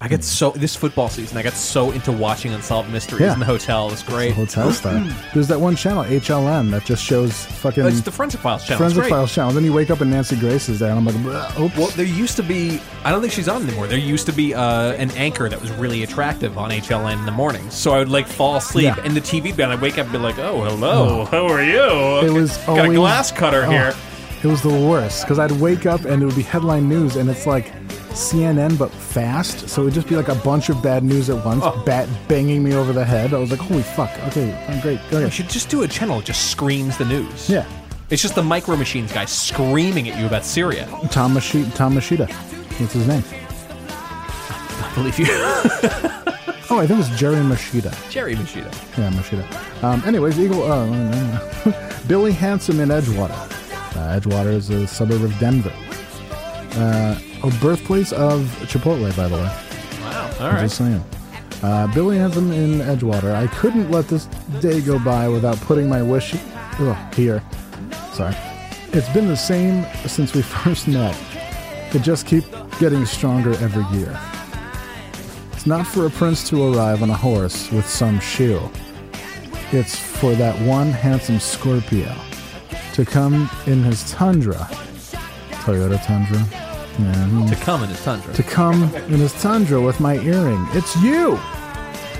Speaker 2: I got so this football season. I got so into watching Unsolved Mysteries
Speaker 3: Yeah.
Speaker 2: in the hotel. It was great.
Speaker 3: Hotel style. There's that one channel, HLM, that just shows fucking
Speaker 2: It's the Forensic Files channel. it's
Speaker 3: Forensic
Speaker 2: great.
Speaker 3: Files channel. Then you wake up and Nancy Grace is there, and I'm like, "Bleh, oops.
Speaker 2: Well, there used to be. I don't think she's on anymore. There used to be uh, an anchor that was really attractive on HLN in the morning. So I would like fall asleep,
Speaker 3: Yeah.
Speaker 2: and the TV would be on. I'd wake up and be like, "Oh, hello, how are you?"
Speaker 3: It was
Speaker 2: got a
Speaker 3: always-
Speaker 2: glass cutter
Speaker 3: oh,
Speaker 2: here.
Speaker 3: It was the worst because I'd wake up and it would be headline news, and it's like CNN but fast. So it would just be like a bunch of bad news at once,
Speaker 2: Oh.
Speaker 3: bat banging me over the head. I was like, holy fuck! Okay, I'm great.
Speaker 2: You
Speaker 3: Okay.
Speaker 2: should just do a channel that just screams the news.
Speaker 3: Yeah,
Speaker 2: It's just the Micro Machines guy screaming at you about Syria.
Speaker 3: Tom Mashi- Tom Mashita. That's his name.
Speaker 2: I believe you,
Speaker 3: Oh, I think it's Jerry Mashita.
Speaker 2: Jerry Machida.
Speaker 3: Yeah, Machida. Um, anyways, Eagle. Uh, uh, uh, Billy Handsome in Edgewater. Uh, Edgewater is a suburb of Denver. Uh, a birthplace of Chipotle, by the way.
Speaker 2: Wow. All
Speaker 3: I'm
Speaker 2: right.
Speaker 3: Just saying. Uh, Billy Anthem in Edgewater. I couldn't let this day go by without putting my wish ugh, here. Sorry. It's been the same since we first met. It just keeps getting stronger every year. It's not for a prince to arrive on a horse with some shoe. It's for that one handsome Scorpio to come in his Tundra. Toyota Tundra. Yeah, hmm
Speaker 2: To come in his tundra.
Speaker 3: to come in his tundra with my earring. It's you!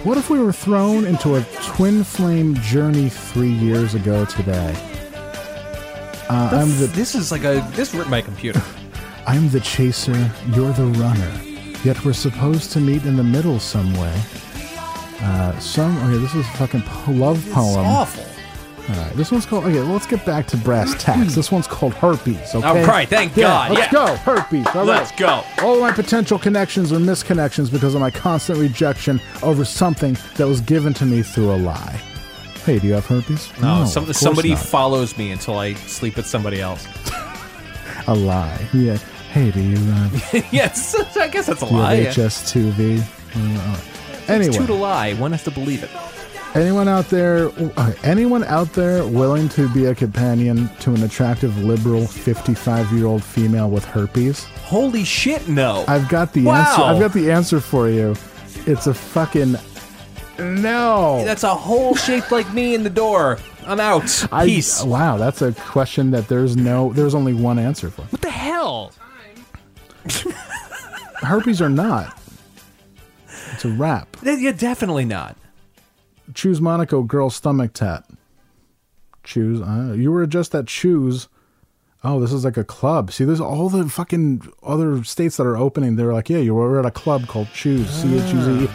Speaker 3: What if we were thrown into a twin flame journey three years ago today? Uh, I'm the
Speaker 2: this is like a this ripped my computer.
Speaker 3: I'm the chaser, you're the runner. Yet we're supposed to meet in the middle some way. Uh, some okay, this is a fucking po- love
Speaker 2: It's
Speaker 3: poem.
Speaker 2: awful.
Speaker 3: All right, this one's called okay. Let's get back to brass tacks. This one's called herpes. Okay.
Speaker 2: All right, thank
Speaker 3: Yeah,
Speaker 2: God,
Speaker 3: Let's
Speaker 2: yeah.
Speaker 3: go herpes. All right.
Speaker 2: Let's go.
Speaker 3: All my potential connections are misconnections because of my constant rejection over something that was given to me through a lie. Hey, do you have herpes?
Speaker 2: No, some,
Speaker 3: of course
Speaker 2: somebody
Speaker 3: not.
Speaker 2: follows me until I sleep with somebody else.
Speaker 3: a lie. Yeah. Hey, do you, uh, do
Speaker 2: yes, I guess that's a
Speaker 3: you
Speaker 2: lie. yeah.
Speaker 3: have HS2V? Mm, all right.
Speaker 2: It's two to
Speaker 3: Anyway,
Speaker 2: lie. One has to believe it.
Speaker 3: anyone out there, uh, anyone out there willing to be a companion to an attractive liberal 55 year old female with herpes?
Speaker 2: Holy shit! No.
Speaker 3: I've got the
Speaker 2: Wow.
Speaker 3: answer. I've got the answer for you. It's a fucking no.
Speaker 2: that's a hole shaped like me in the door. I'm out.
Speaker 3: I-
Speaker 2: Peace.
Speaker 3: Wow, that's a question that there's no, there's only one answer for.
Speaker 2: what the hell?
Speaker 3: Herpes or not, it's a wrap.
Speaker 2: Th- Yeah, definitely not.
Speaker 3: Choose Monaco girl stomach tat. Choose. Uh, you were just at choose. Oh, this is like a club. See, there's all the
Speaker 2: Ah.
Speaker 3: fucking other states that are opening. They're like, yeah, you were at a club called Choose. C H U Z E.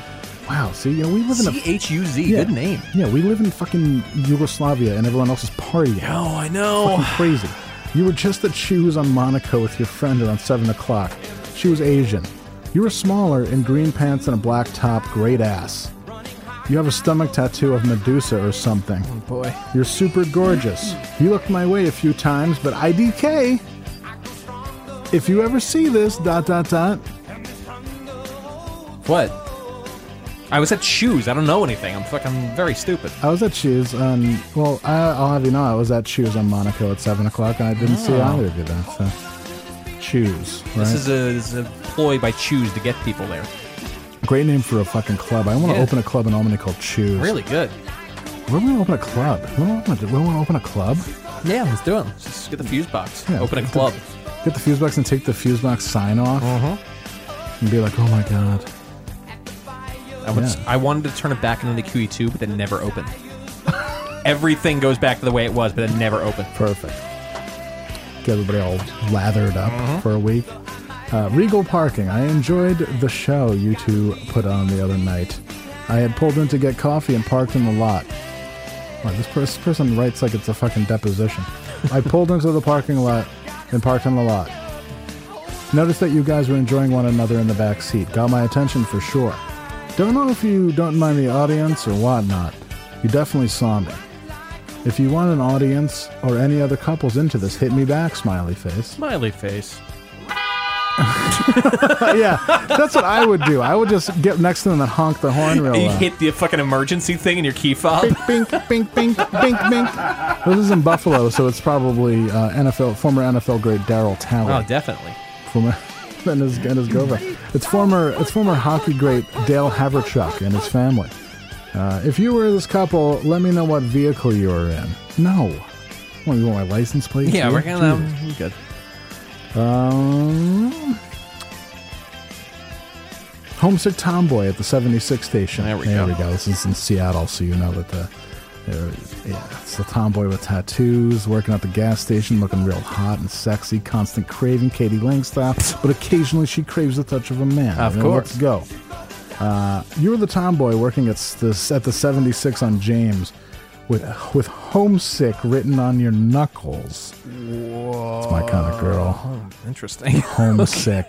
Speaker 3: Wow. See, you know, we live in
Speaker 2: C
Speaker 3: a
Speaker 2: H U Z.
Speaker 3: yeah.
Speaker 2: Good name.
Speaker 3: Yeah, we live in fucking Yugoslavia, and everyone else is partying.
Speaker 2: Oh, I know.
Speaker 3: fucking crazy. You were just the chews on Monaco with your friend around 7 o'clock. She was Asian. You were smaller in green pants and a black top, great ass. You have a stomach tattoo of Medusa or something.
Speaker 2: Boy.
Speaker 3: You're super gorgeous. You looked my way a few times, but IDK. If you ever see this, dot dot dot.
Speaker 2: What? I was at shoes. I don't know anything. I'm fucking very stupid.
Speaker 3: I was at Shoes on, well, I, I'll have you know, I was at Shoes on Monaco at 7 o'clock, and I didn't see either of you then, so. Shoes, right?
Speaker 2: Ah. This is a this is a ploy by Chews to get people there.
Speaker 3: Great name for a fucking club. I want to
Speaker 2: Yeah.
Speaker 3: open a club in Albany called Choose.
Speaker 2: Really good.
Speaker 3: Where want to open a club? We want to open a club.
Speaker 2: Yeah, let's do it. Let's just get the fuse box.
Speaker 3: Yeah.
Speaker 2: Open a club. Uh-huh.
Speaker 3: Get the fuse box and take the fuse box sign off. And be like, oh my god.
Speaker 2: I, was,
Speaker 3: Yeah.
Speaker 2: I wanted to turn it back into QE2, but then never opened. Everything goes back to the way it was, but it never opened.
Speaker 3: Perfect. Get everybody all lathered up for a week. Uh, Regal Parking. I enjoyed the show you two put on the other night. I had pulled in to get coffee and parked in the lot. Wow, this, per- this person writes like it's a fucking deposition. I pulled into the parking lot and parked in the lot. Noticed that you guys were enjoying one another in the back seat. Got my attention for sure. Don't know if you don't mind the audience or whatnot. You definitely saw me. If you want an audience or any other couples into this, hit me back, smiley face.
Speaker 2: Smiley face.
Speaker 3: yeah, that's what I would do. I would just get next to them and honk the horn real
Speaker 2: you
Speaker 3: loud.
Speaker 2: hit the fucking emergency thing in your key fob.
Speaker 3: Bink, bink, bink, bink, bink, bink. This is in Buffalo, so it's probably uh, NFL former NFL great Daryl Talley.
Speaker 2: oh, definitely.
Speaker 3: former and his, and his girlfriend. It's former it's former hockey great Dale Haverchuck and his family. Uh, if you were this couple, let me know what vehicle you were in. No. What, you want my license plate?
Speaker 2: Yeah,
Speaker 3: too?
Speaker 2: we're gonna.
Speaker 3: Jesus.
Speaker 2: I'm good.
Speaker 3: Um, homesick tomboy at the 76 station.
Speaker 2: There we go.
Speaker 3: This is in Seattle, so you know that the there- yeah, it's the tomboy with tattoos, working at the gas station, looking real hot and sexy, constant craving. Katie Langstop, but occasionally she craves the touch of a man.
Speaker 2: Of
Speaker 3: You know, Let's
Speaker 2: course.
Speaker 3: go. Uh, you were the tomboy working at s- this at the 76 on James. With, with homesick written on your knuckles. It's my kind of girl
Speaker 2: Interesting.
Speaker 3: homesick.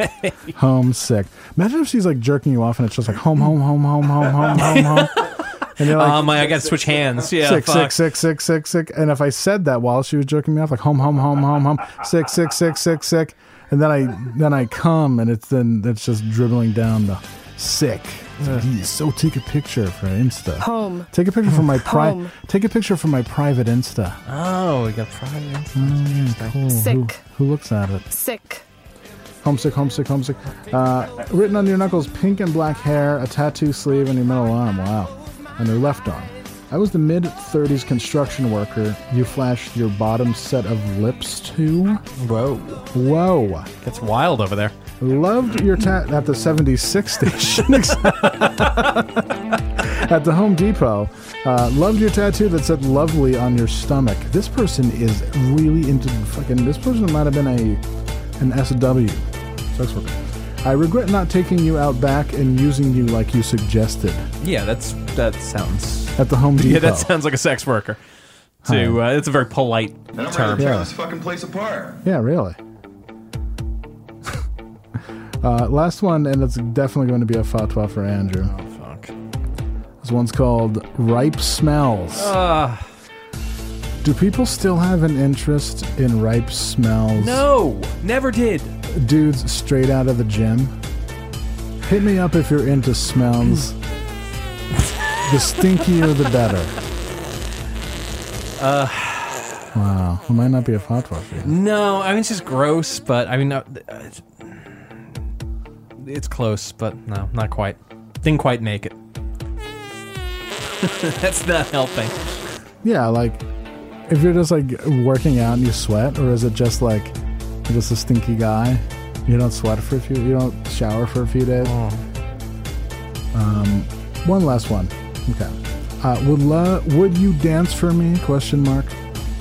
Speaker 3: Homesick. Imagine if she's like jerking you off and it's just like home, home, home, home, home, home, home, home. And you're like
Speaker 2: um, I gotta switch hands. Yeah,
Speaker 3: sick,
Speaker 2: fuck.
Speaker 3: sick, sick, sick, sick, sick. And if I said that while she was jerking me off, like home, home, home, home, home, sick, sick, sick, sick, sick. And then I then I come and it's then it's just dribbling down the sick. It's like, "Yes, so take a picture for Insta.
Speaker 10: Home.
Speaker 3: Take a picture for my private.
Speaker 10: Home.
Speaker 3: Take a picture for my private Insta.
Speaker 2: Oh, we got private.
Speaker 3: Cool. Who,
Speaker 10: Sick.
Speaker 3: who looks at it?
Speaker 10: Sick.
Speaker 3: Homesick, homesick, homesick. Uh, written on your knuckles, pink and black hair, a tattoo sleeve, and your middle arm. Wow. And your left arm. I was the mid 30s construction worker you flashed your bottom set of lips to.
Speaker 2: Whoa,
Speaker 3: Whoa.
Speaker 2: gets wild over there.
Speaker 3: Loved your tat at the 76 station. at the Home Depot. Uh, loved your tattoo that said lovely on your stomach. This person is really into fucking. This person might have been a an SW, sex worker. I regret not taking you out back and using you like you suggested
Speaker 2: Yeah, that's that sounds.
Speaker 3: at the Home Depot.
Speaker 2: Yeah, that sounds like a sex worker. To uh, it's a very polite term.
Speaker 3: Yeah.
Speaker 5: fucking place apart.
Speaker 3: Yeah, really. uh, last one, and it's definitely going to be a fatwa for Andrew.
Speaker 2: Fuck.
Speaker 3: This one's called Ripe Smells. Do people still have an interest in ripe smells?
Speaker 2: No, never did.
Speaker 3: Dudes straight out of the gym? Hit me up if you're into smells. the stinkier the better. Uh, wow. It might not be a fatwa for you.
Speaker 2: No, I mean it's just gross, but I mean, uh, it's, it's close, but no, not quite. Didn't quite make it. That's not helping.
Speaker 3: Yeah, like, if you're just like working out and you sweat, or is it just like you're just a stinky guy? You don't sweat for a few, you don't shower for a few days? Um, One last one. Okay. Uh, would lo- would you dance for me? Question mark.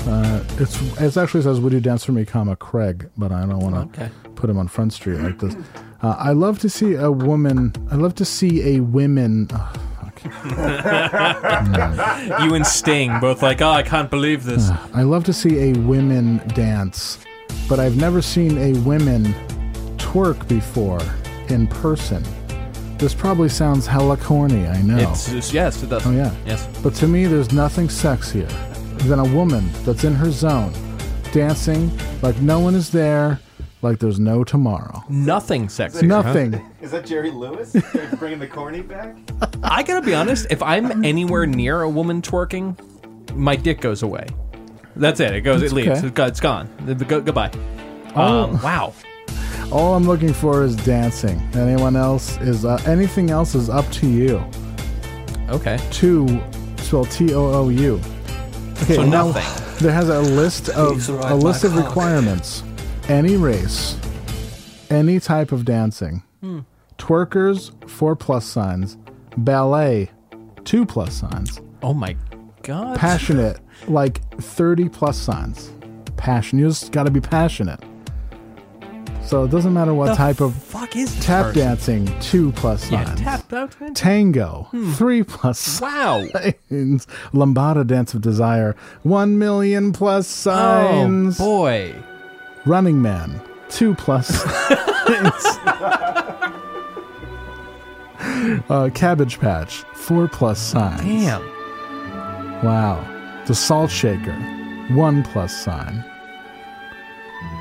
Speaker 3: Uh, it's it actually says would you dance for me, comma Craig, but I don't want to
Speaker 2: Okay.
Speaker 3: put him on Front Street like this. Uh, I love to see a woman. I love to see a women. ugh, dick.
Speaker 2: you and Sting both like, oh, I can't believe this.
Speaker 3: I love to see a women dance, but I've never seen a women twerk before in person. This probably sounds hella corny, I know.
Speaker 2: It's, it's yes, it does.
Speaker 3: Oh, yeah.
Speaker 2: yes.
Speaker 3: But to me, there's nothing sexier than a woman that's in her zone, dancing like no one is there, like there's no tomorrow.
Speaker 2: Nothing sexy.
Speaker 3: Nothing.
Speaker 8: Is that Jerry Lewis bringing the corny back?
Speaker 2: I gotta be honest. If I'm anywhere near a woman twerking, my dick goes away. That's it. It goes.
Speaker 3: That's
Speaker 2: it leaves.
Speaker 3: okay. Oh.
Speaker 2: It go- It's gone. It go- goodbye. Um, wow.
Speaker 3: All I'm looking for is dancing. Anyone else is uh, anything else is up to you.
Speaker 2: Okay.
Speaker 3: Two, spelled T O O U. Okay,
Speaker 2: So
Speaker 3: now
Speaker 2: nothing.
Speaker 3: There has a list of
Speaker 5: Please write
Speaker 3: a list
Speaker 5: my
Speaker 3: of
Speaker 5: card.
Speaker 3: requirements. Any race, any type of dancing,
Speaker 2: Hmm.
Speaker 3: twerkers four plus signs, ballet two plus signs,
Speaker 2: Oh my god.
Speaker 3: passionate like thirty plus signs. Passion, you just got to be passionate. So it doesn't matter what
Speaker 2: The
Speaker 3: type of
Speaker 2: fuck is this
Speaker 3: tap
Speaker 2: person?
Speaker 3: dancing two plus
Speaker 2: Yeah,
Speaker 3: signs,
Speaker 2: tap Hmm. dancing.
Speaker 3: tango three plus
Speaker 2: wow.
Speaker 3: signs, lambada dance of desire one million plus
Speaker 2: Oh
Speaker 3: signs.
Speaker 2: boy.
Speaker 3: Running Man, two plus. uh, Cabbage Patch, four plus signs.
Speaker 2: Damn.
Speaker 3: Wow. The Salt Shaker, one plus sign.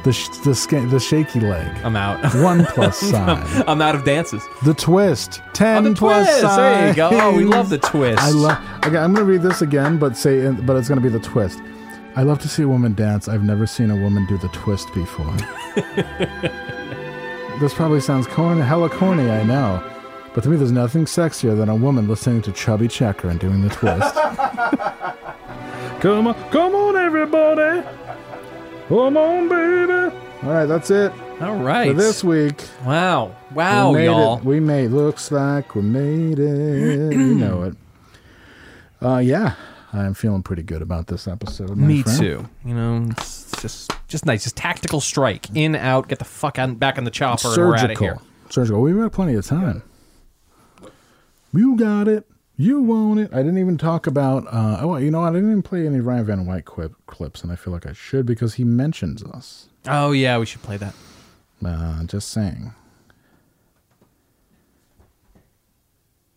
Speaker 3: The sh- the, sca- the Shaky Leg,
Speaker 2: I'm out.
Speaker 3: one plus sign.
Speaker 2: I'm out of dances.
Speaker 3: The Twist,
Speaker 2: Oh,
Speaker 3: ten
Speaker 2: the
Speaker 3: plus
Speaker 2: twist.
Speaker 3: signs.
Speaker 2: There you go. Oh, we love the twist.
Speaker 3: I love. Okay, I'm gonna read this again, but say, but it's gonna be the twist. I love to see a woman dance. I've never seen a woman do the twist before. this probably sounds corny, hella corny, I know, but to me, there's nothing sexier than a woman listening to Chubby Checker and doing the twist. come on, come on, everybody! Come on, baby! All right, that's it
Speaker 2: All right.
Speaker 3: for this week.
Speaker 2: Wow. Wow,
Speaker 3: we made
Speaker 2: y'all.
Speaker 3: It. We made. Looks like we made it. you know it. Uh, yeah, I'm feeling pretty good about this episode. my
Speaker 2: Me
Speaker 3: friend.
Speaker 2: too. You know, it's just just nice. Just tactical strike. In, out, get the fuck out, back in the chopper, and we're out of here.
Speaker 3: Surgical. Surgical. We've got plenty of time. You got it. You want it. I didn't even talk about. Uh, oh, you know, what? I didn't even play any Ryan Van White quip, clips, and I feel like I should because he mentions us.
Speaker 2: Oh yeah, we should play that.
Speaker 3: Uh, just saying.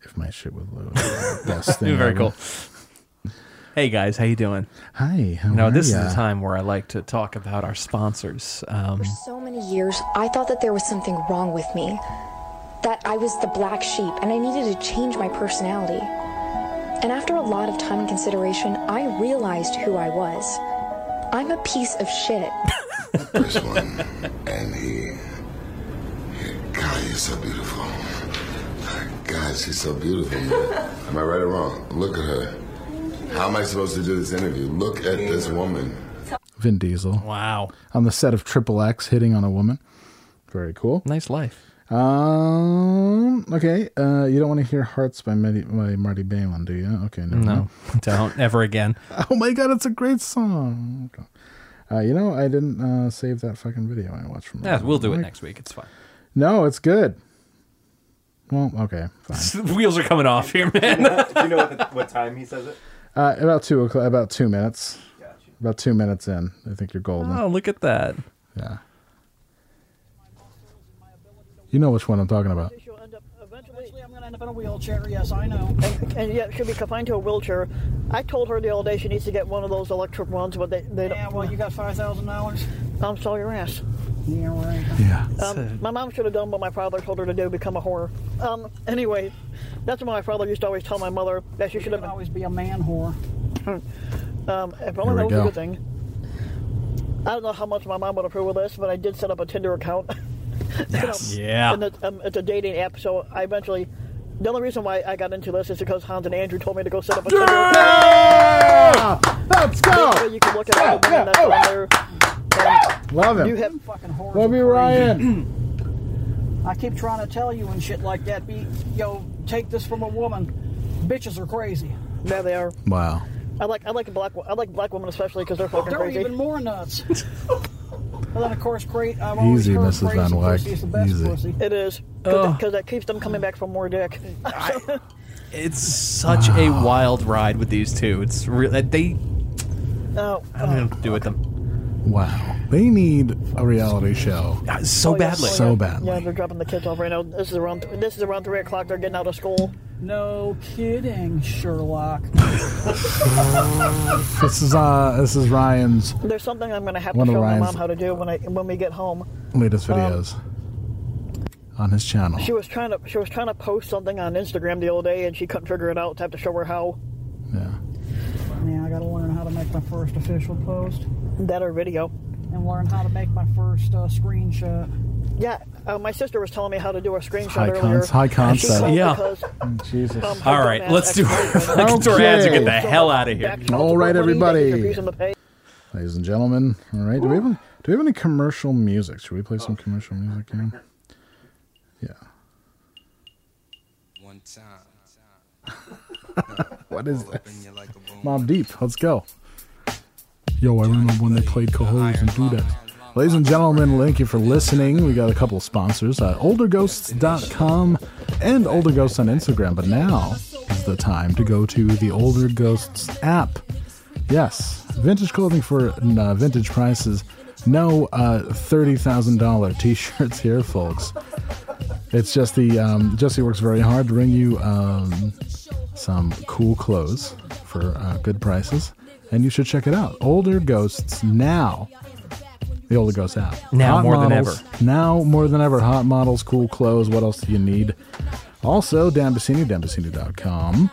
Speaker 3: If my shit would load, best thing.
Speaker 2: Very
Speaker 3: ever.
Speaker 2: cool. Hey guys, how you doing?
Speaker 3: Hi. How
Speaker 2: Now
Speaker 3: are
Speaker 2: this
Speaker 3: ya?
Speaker 2: is the time where I like to talk about our sponsors. Um,
Speaker 6: So many years, I thought that there was something wrong with me. That I was the black sheep and I needed to change my personality. And after a lot of time and consideration, I realized who I was. I'm a piece of shit.
Speaker 5: This one, and he, God, he's so beautiful. God, she's so beautiful. man. Am I right or wrong? Look at her. How am I supposed to do this interview? Look at this woman.
Speaker 3: Vin Diesel
Speaker 2: wow,
Speaker 3: on the set of Triple X hitting on a woman. Very cool.
Speaker 2: nice life.
Speaker 3: Um. Okay. Uh. You don't want to hear "Hearts" by, Medi- by Marty Balin, do you? Okay. No.
Speaker 2: No, don't ever again.
Speaker 3: Oh my God! It's a great song. Okay. Uh, you know, I didn't uh, save that fucking video I watched from.
Speaker 2: Yeah, we'll do it next week. It's fine.
Speaker 3: No, it's good. Well, okay, fine.
Speaker 2: Wheels are coming off here, man.
Speaker 8: Do you know what, the, what time he says it?
Speaker 3: Uh, about two o'clock. About two minutes.
Speaker 8: Gotcha.
Speaker 3: About two minutes in, I think you're golden.
Speaker 2: Oh, look at that.
Speaker 3: Yeah. You know which one I'm talking about.
Speaker 7: She'll end up eventually. I'm going to end up in a wheelchair. Yes, I know. And, and yet she'll be confined to a wheelchair. I told her the other day she needs to get one of those electric ones, but they, they don't. Yeah, well, you got five thousand dollars. I'm sell your ass. Yeah, right.
Speaker 3: Yeah.
Speaker 7: Um, my mom should have done what my father told her to do: become a whore. Um, anyway, that's what my father used to always tell my mother that she should have always be a man whore. um, if
Speaker 3: Here
Speaker 7: only
Speaker 3: we
Speaker 7: that was a
Speaker 3: go.
Speaker 7: good thing. I don't know how much my mom would approve of this, but I did set up a Tinder account.
Speaker 2: Yes. Yeah.
Speaker 7: And it, um, it's a dating app, so I eventually. The only reason why I got into this is because Hans and Andrew told me to go set up a Tinder
Speaker 3: Ah!
Speaker 7: account.
Speaker 3: Let's
Speaker 7: So
Speaker 3: go. oh,
Speaker 7: you can look at all the women
Speaker 10: oh.
Speaker 7: that's on there.
Speaker 3: Love
Speaker 7: You
Speaker 3: him.
Speaker 7: have fucking horror.
Speaker 3: Love you, Ryan.
Speaker 7: I keep trying to tell you and shit like that. Be yo, take this from a woman. Bitches are crazy. Yeah, they are.
Speaker 3: Wow.
Speaker 7: I like I like black wo- I like black women especially because they're fucking
Speaker 10: They're
Speaker 7: crazy.
Speaker 10: even more nuts. and then, of course, great. I've
Speaker 3: Easy,
Speaker 10: always
Speaker 3: Mrs.
Speaker 10: heard
Speaker 3: Van
Speaker 10: crazy
Speaker 3: Wyck.
Speaker 10: pussy is the best
Speaker 3: Easy.
Speaker 10: pussy. Hmm.
Speaker 7: It is because that keeps them coming back for more dick.
Speaker 2: It's such a wild ride with these two. It's really they.
Speaker 7: Oh,
Speaker 2: I don't know what to do with them.
Speaker 3: Wow. They need a reality show.
Speaker 2: ah, Oh, So badly.
Speaker 3: So
Speaker 7: bad.
Speaker 3: badly.
Speaker 7: Yeah, they're dropping the kids off right now. This is around. This is around three o'clock. They're getting out of school.
Speaker 10: No kidding, Sherlock.
Speaker 3: This is uh this is Ryan's
Speaker 7: There's something I'm going to have
Speaker 3: One
Speaker 7: to
Speaker 3: of
Speaker 7: show my
Speaker 3: Ryan's-
Speaker 7: mom how to do when I when we get home.
Speaker 3: latest
Speaker 7: Um,
Speaker 3: videos on his channel.
Speaker 7: She was trying to she was trying to post something on Instagram the other day and she couldn't figure it out. So I have to show her how.
Speaker 3: Yeah.
Speaker 10: Yeah, I gotta learn how to make my first official post
Speaker 7: That or video.
Speaker 10: and learn how to make my first uh, screenshot.
Speaker 7: Yeah, uh, my sister was telling me how to do a screenshot
Speaker 3: High
Speaker 7: earlier.
Speaker 3: cons- high
Speaker 7: and she
Speaker 3: concept.
Speaker 7: called
Speaker 2: Yeah.
Speaker 7: because,
Speaker 3: Jesus.
Speaker 7: um, her
Speaker 2: All right,
Speaker 7: dumbass
Speaker 2: let's do our
Speaker 7: ex-boyfriend-
Speaker 2: fucking tour ads and get the
Speaker 3: Okay.
Speaker 2: hell out of here.
Speaker 7: Back to
Speaker 3: All right,
Speaker 7: the money, they get
Speaker 3: everybody.
Speaker 7: your piece on the pay-
Speaker 3: Ladies and gentlemen, all right. Do we have do we have any commercial music? Should we play some commercial music here? Yeah.
Speaker 11: One time.
Speaker 3: What is
Speaker 11: that?
Speaker 3: Mom Deep, let's go. Yo, I remember when they played Cahoes and Buddha. Ladies and gentlemen, thank you for listening. We got a couple of sponsors, uh, olderghosts.com and Older Ghosts on Instagram. But now is the time to go to the Older Ghosts app. Yes, vintage clothing for uh, vintage prices. No uh, $30,000 t shirts here, folks. It's just the um, Jesse works very hard to bring you um, some cool clothes for uh, good prices, and you should check it out. Older Ghosts now, the Older Ghosts app
Speaker 2: Now more than
Speaker 3: models- Now more than ever, hot models, cool clothes. What else do you need? Also, Dan Bassini, danbassini.com.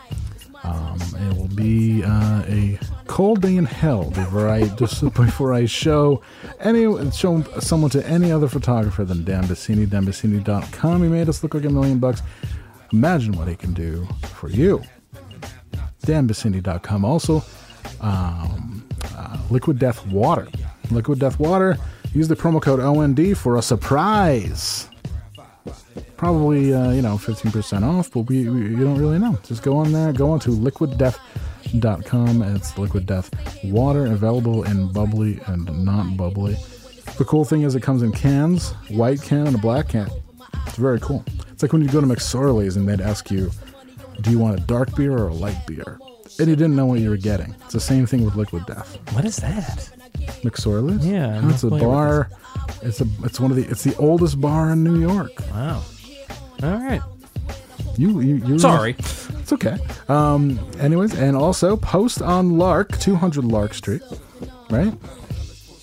Speaker 3: Um, it will be uh, a cold day in hell before I just before I show any show someone to any other photographer than Dan Bassini. DanBassini.com. He made us look like a million bucks. Imagine what he can do for you. DanBassini.com. Also, um, uh, Liquid Death Water. Liquid Death Water. Use the promo code OND for a surprise. Probably, uh, you know, 15% off, but we, we, you don't really know. Just go on there. Go on to liquiddeath.com. It's Liquid Death Water, available in bubbly and not bubbly. The cool thing is it comes in cans, white can and a black can. It's very cool. It's like when you go to McSorley's and they'd ask you, do you want a dark beer or a light beer? And you didn't know what you were getting. It's the same thing with Liquid Death.
Speaker 2: What is that?
Speaker 3: McSorley's?
Speaker 2: Yeah, I'm not
Speaker 3: it's a
Speaker 2: familiar
Speaker 3: bar.
Speaker 2: with
Speaker 3: It's a it's one of the it's the oldest bar in New York.
Speaker 2: Wow. Mm. All right.
Speaker 3: You you, you
Speaker 2: Sorry.
Speaker 3: It's okay. Um. Anyways, and also post on Lark, 200 Lark Street, right?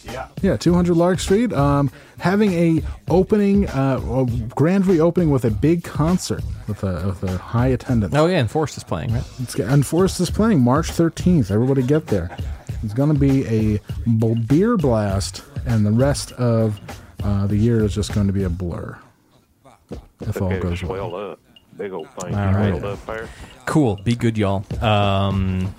Speaker 8: Yeah.
Speaker 3: Yeah, 200 Lark Street. Um, having a opening, uh, a grand reopening with a big concert with a with a high attendance.
Speaker 2: Oh yeah, Enforced is playing, right?
Speaker 3: It's, g- and Forrest is playing March 13th. Everybody get there. It's going to be a b- beer blast, and the rest of uh, the year is just going to be a blur. If all goes well.
Speaker 9: swelled up. Big old thing
Speaker 2: All right.
Speaker 9: swelled up there.
Speaker 2: Cool. Be good, y'all. Um,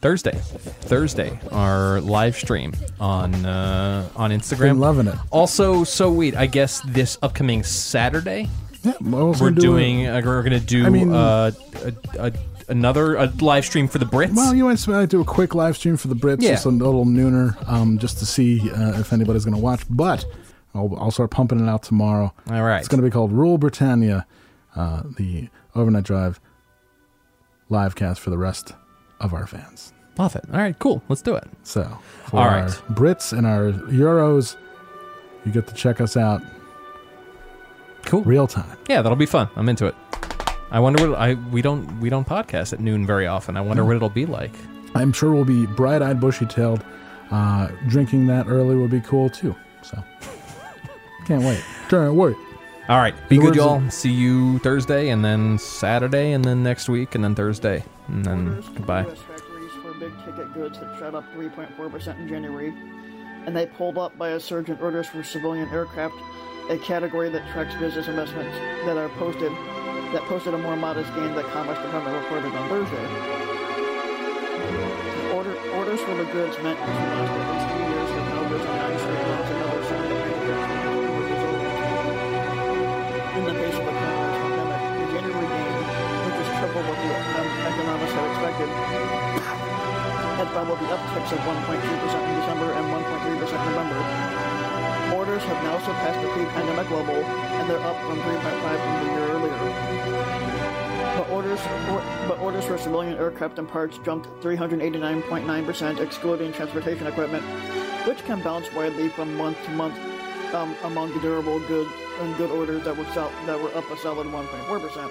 Speaker 2: Thursday, Thursday, our live stream on uh, on Instagram.
Speaker 3: Been loving it.
Speaker 2: Also, so weed. I guess this upcoming Saturday,
Speaker 3: Yeah, well,
Speaker 2: we're doing. uh, we're gonna do
Speaker 3: I mean-
Speaker 2: uh, a, a, another a live stream for the Brits.
Speaker 3: Well, you might might do a quick live stream for the Brits,
Speaker 2: Yeah.
Speaker 3: just a little nooner, um, just to see uh, if anybody's going to watch. But I'll, I'll start pumping it out tomorrow.
Speaker 2: All right.
Speaker 3: It's going to be called Rule Britannia, uh, the overnight drive live cast for the rest of our fans.
Speaker 2: Love it. All right, cool. Let's do it.
Speaker 3: So, for
Speaker 2: All
Speaker 3: our
Speaker 2: right.
Speaker 3: Brits and our Euros, you get to check us out
Speaker 2: Cool.
Speaker 3: real time.
Speaker 2: Yeah, that'll be fun. I'm into it. I wonder what I we don't we don't podcast at noon very often. I wonder what it'll be like.
Speaker 3: I'm sure we'll be bright eyed, bushy tailed. Uh, drinking that early would be cool too. So, can't wait. Can't wait.
Speaker 2: All right,
Speaker 3: The
Speaker 2: be good,
Speaker 3: words
Speaker 2: y'all. See you Thursday, and then Saturday, and then next week, and then Thursday, and then goodbye.
Speaker 7: U.S. factories for big ticket goods had shot up 3.4% in January, and they pulled up by a surge in orders for civilian aircraft, a category that tracks business investments that are posted that posted a more modest gain that Commerce Department reported on Thursday. Order, orders for the goods meant two months, but at least two years have no risen nine straight months, another sign that manufacturing is over. In the face of the coronavirus pandemic, the January gain, which is triple what the um, economists had expected, had followed the upticks of 1.2% in December and 1.3% in November. Orders have now surpassed the pre-pandemic level, and they're up from 3.5 from the year earlier. But orders, or, but orders for civilian aircraft and parts jumped 389.9%, excluding transportation equipment, which can bounce widely from month to month um, among the durable good and good orders that were sol- that were up a solid 1.4%.